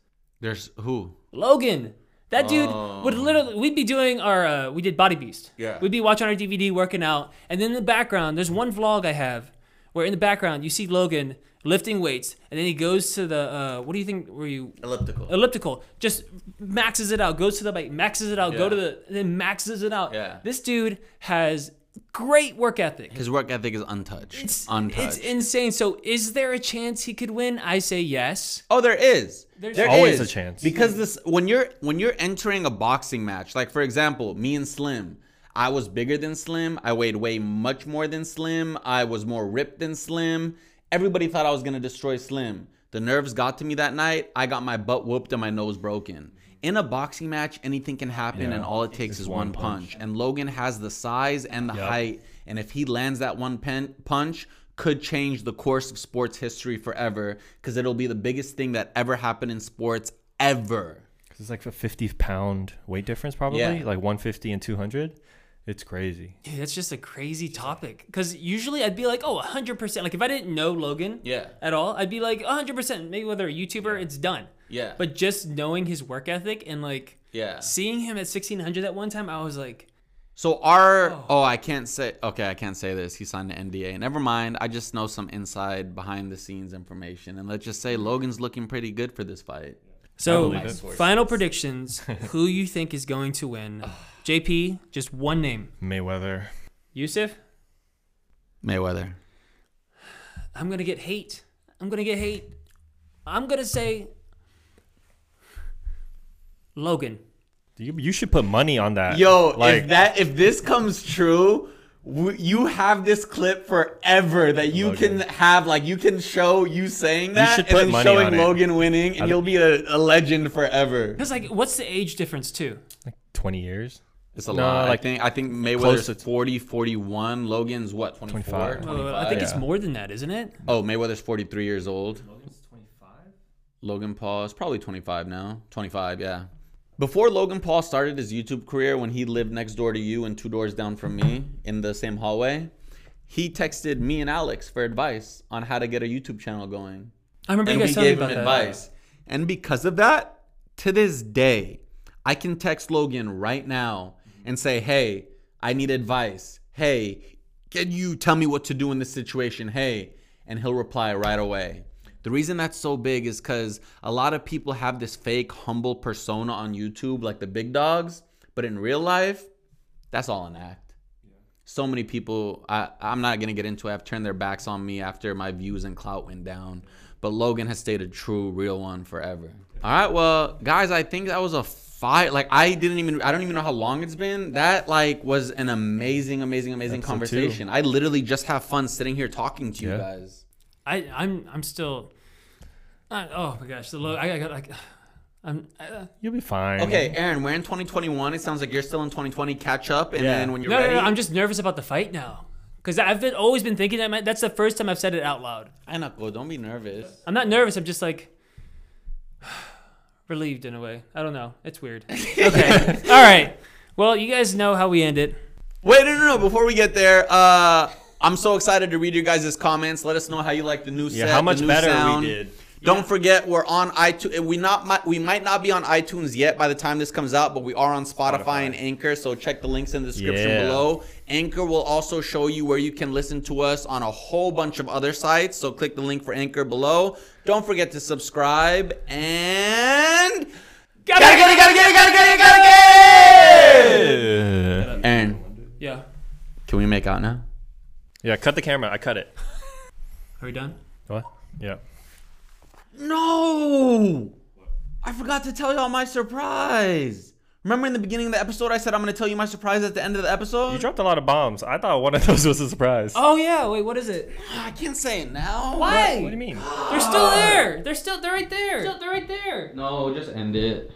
[SPEAKER 1] There's who?
[SPEAKER 3] Logan. That dude would literally, we'd be doing our, uh, we did Body Beast.
[SPEAKER 1] Yeah.
[SPEAKER 3] We'd be watching our DVD, working out. And then in the background, there's one vlog I have where in the background you see Logan lifting weights and then he goes to the, uh, what do you think, were you,
[SPEAKER 1] Elliptical.
[SPEAKER 3] elliptical just maxes it out goes to the bike maxes it out go to the then maxes it out
[SPEAKER 1] Yeah.
[SPEAKER 3] this dude has great work ethic
[SPEAKER 1] His work ethic is untouched.
[SPEAKER 3] it's, it's
[SPEAKER 1] untouched.
[SPEAKER 3] insane so is there a chance he could win i say yes
[SPEAKER 1] oh, there is.
[SPEAKER 3] There's-
[SPEAKER 1] There
[SPEAKER 2] Always
[SPEAKER 1] is.
[SPEAKER 2] a chance.
[SPEAKER 1] Because this when you're when you're entering a boxing match, like for example, me and Slim. I was bigger than Slim. I weighed way much more than Slim. I was more ripped than Slim. Everybody thought I was gonna destroy Slim. The nerves got to me that night. I got my butt whooped and my nose broken. In a boxing match, anything can happen, and all it takes is one punch. And Logan has the size and the height, and if he lands that one pen, punch, could change the course of sports history forever because it'll be the biggest thing that ever happened in sports ever.
[SPEAKER 2] It's like a 50 pound weight difference, probably
[SPEAKER 1] Yeah.
[SPEAKER 2] like 150 and 200. It's crazy.
[SPEAKER 3] Dude, that's just a crazy topic. Because usually I'd be like, oh, 100%. Like, if I didn't know Logan
[SPEAKER 1] Yeah.
[SPEAKER 3] at all, I'd be like, 100%. Maybe whether a YouTuber, it's done.
[SPEAKER 1] Yeah.
[SPEAKER 3] But just knowing his work ethic and, like,
[SPEAKER 1] yeah.
[SPEAKER 3] seeing him at 1600 at one time, I was like,
[SPEAKER 1] So our oh. I can't say okay, I can't say this. He signed an NDA. Never mind. I just know some inside behind the scenes information. And let's just say Logan's looking pretty good for this fight.
[SPEAKER 3] so
[SPEAKER 2] believe it.
[SPEAKER 3] final predictions who you think is going to win? JP, just one name.
[SPEAKER 2] Mayweather.
[SPEAKER 3] Yusuf,
[SPEAKER 1] Mayweather.
[SPEAKER 3] I'm going to get hate. I'm going to get hate. I'm going to say Logan.
[SPEAKER 2] You, you should put money on that.
[SPEAKER 1] Yo,
[SPEAKER 2] like
[SPEAKER 1] if that if this comes true, w- you have this clip forever that you
[SPEAKER 2] Logan.
[SPEAKER 1] can have like you can show you saying that
[SPEAKER 2] should
[SPEAKER 1] and
[SPEAKER 2] put
[SPEAKER 1] then
[SPEAKER 2] money
[SPEAKER 1] showing
[SPEAKER 2] on it.
[SPEAKER 1] Logan winning and
[SPEAKER 2] I'd-
[SPEAKER 1] you'll be a, a legend forever.
[SPEAKER 3] Because, like, what's the age difference, too?
[SPEAKER 2] like 20 years.
[SPEAKER 1] It's a
[SPEAKER 2] No,
[SPEAKER 1] lot.
[SPEAKER 2] like,
[SPEAKER 1] I think I think
[SPEAKER 2] close
[SPEAKER 1] Mayweather's
[SPEAKER 2] to-
[SPEAKER 1] 40, 41. Logan's what? 24,
[SPEAKER 2] 25.
[SPEAKER 1] 25.
[SPEAKER 3] Oh, I think it's
[SPEAKER 2] yeah.
[SPEAKER 3] more than that, isn't it?
[SPEAKER 1] Oh, Mayweather's 43 years old. Logan's 25? Logan Paul is probably 25 now. 25, yeah. Before Logan Paul started his YouTube career, when he lived next door to you and two doors down from me in the same hallway, he texted me and Alex for advice on how to get a YouTube channel going.
[SPEAKER 3] I remember
[SPEAKER 1] And
[SPEAKER 3] you
[SPEAKER 1] we
[SPEAKER 3] guys telling me
[SPEAKER 1] gave him
[SPEAKER 3] about that.
[SPEAKER 1] advice. And because of that, to this day, I can text Logan right now and say, hey, I need advice. Hey, can you tell me what to do in this situation? Hey, and he'll reply right away. The reason that's so big is because a lot of people have this fake, humble persona on YouTube, like the big dogs, but in real life, that's all an act so many people I, i'm not going to get into it have turned their backs on me after my views and clout went down but logan has stayed a true real one forever all right well guys i think that was a fight like i didn't even i don't even know how long it's been that like was an amazing amazing amazing
[SPEAKER 2] Episode two.
[SPEAKER 1] conversation i literally just have fun sitting here talking to you
[SPEAKER 2] Yeah.
[SPEAKER 1] guys
[SPEAKER 3] I, I'm, I'm still. I, oh my gosh, the low. I, I got like. I'm. I, uh,
[SPEAKER 2] You'll be fine.
[SPEAKER 1] okay aaron we're in 2021 it sounds like you're still in 2020 catch up and
[SPEAKER 2] Yeah.
[SPEAKER 1] then when you're
[SPEAKER 3] no, no,
[SPEAKER 1] ready
[SPEAKER 3] no, I'm just nervous about the fight now. Because I've been, always been thinking that. My, that's the first time I've said it out loud.
[SPEAKER 1] i know well, don't be nervous
[SPEAKER 3] I'm not nervous. I'm just like relieved in a way. I don't know. It's weird. Okay. All right. Well, you guys know how we end it.
[SPEAKER 1] Wait, no, no, no. Before we get there, uh, I'm so excited to read your guys' comments. Let us know how you like the new
[SPEAKER 2] Yeah,
[SPEAKER 1] set.
[SPEAKER 2] how
[SPEAKER 1] the
[SPEAKER 2] much
[SPEAKER 1] new
[SPEAKER 2] better
[SPEAKER 1] sound.
[SPEAKER 2] we did.
[SPEAKER 1] Don't forget, we're on iTunes. We not might, we might not be on iTunes yet by the time this comes out, but we are on Spotify, and Anchor. So check the links in the description
[SPEAKER 2] Yeah.
[SPEAKER 1] below. Anchor will also show you where you can listen to us on a whole bunch of other sites. So click the link for Anchor below. Don't forget to subscribe and gotta get it, gotta get it, gotta get it, gotta get it.
[SPEAKER 2] Yeah.
[SPEAKER 1] Aaron,
[SPEAKER 3] Yeah.
[SPEAKER 1] can we make out now?
[SPEAKER 2] yeah, cut the camera. I cut it.
[SPEAKER 3] Are we done?
[SPEAKER 2] What? Yeah.
[SPEAKER 1] No! I forgot to tell y'all my surprise. Remember in the beginning of the episode, I said I'm gonna tell you my surprise at the end of the
[SPEAKER 2] You
[SPEAKER 1] episode?
[SPEAKER 2] dropped a lot of bombs. I thought one of those was a surprise.
[SPEAKER 3] Oh yeah. Wait. What is it?
[SPEAKER 1] I can't say it now.
[SPEAKER 3] Why?
[SPEAKER 2] What do you mean?
[SPEAKER 1] Uh.
[SPEAKER 3] They're still there. They're still. They're right there. They're right there.
[SPEAKER 1] No, just end it.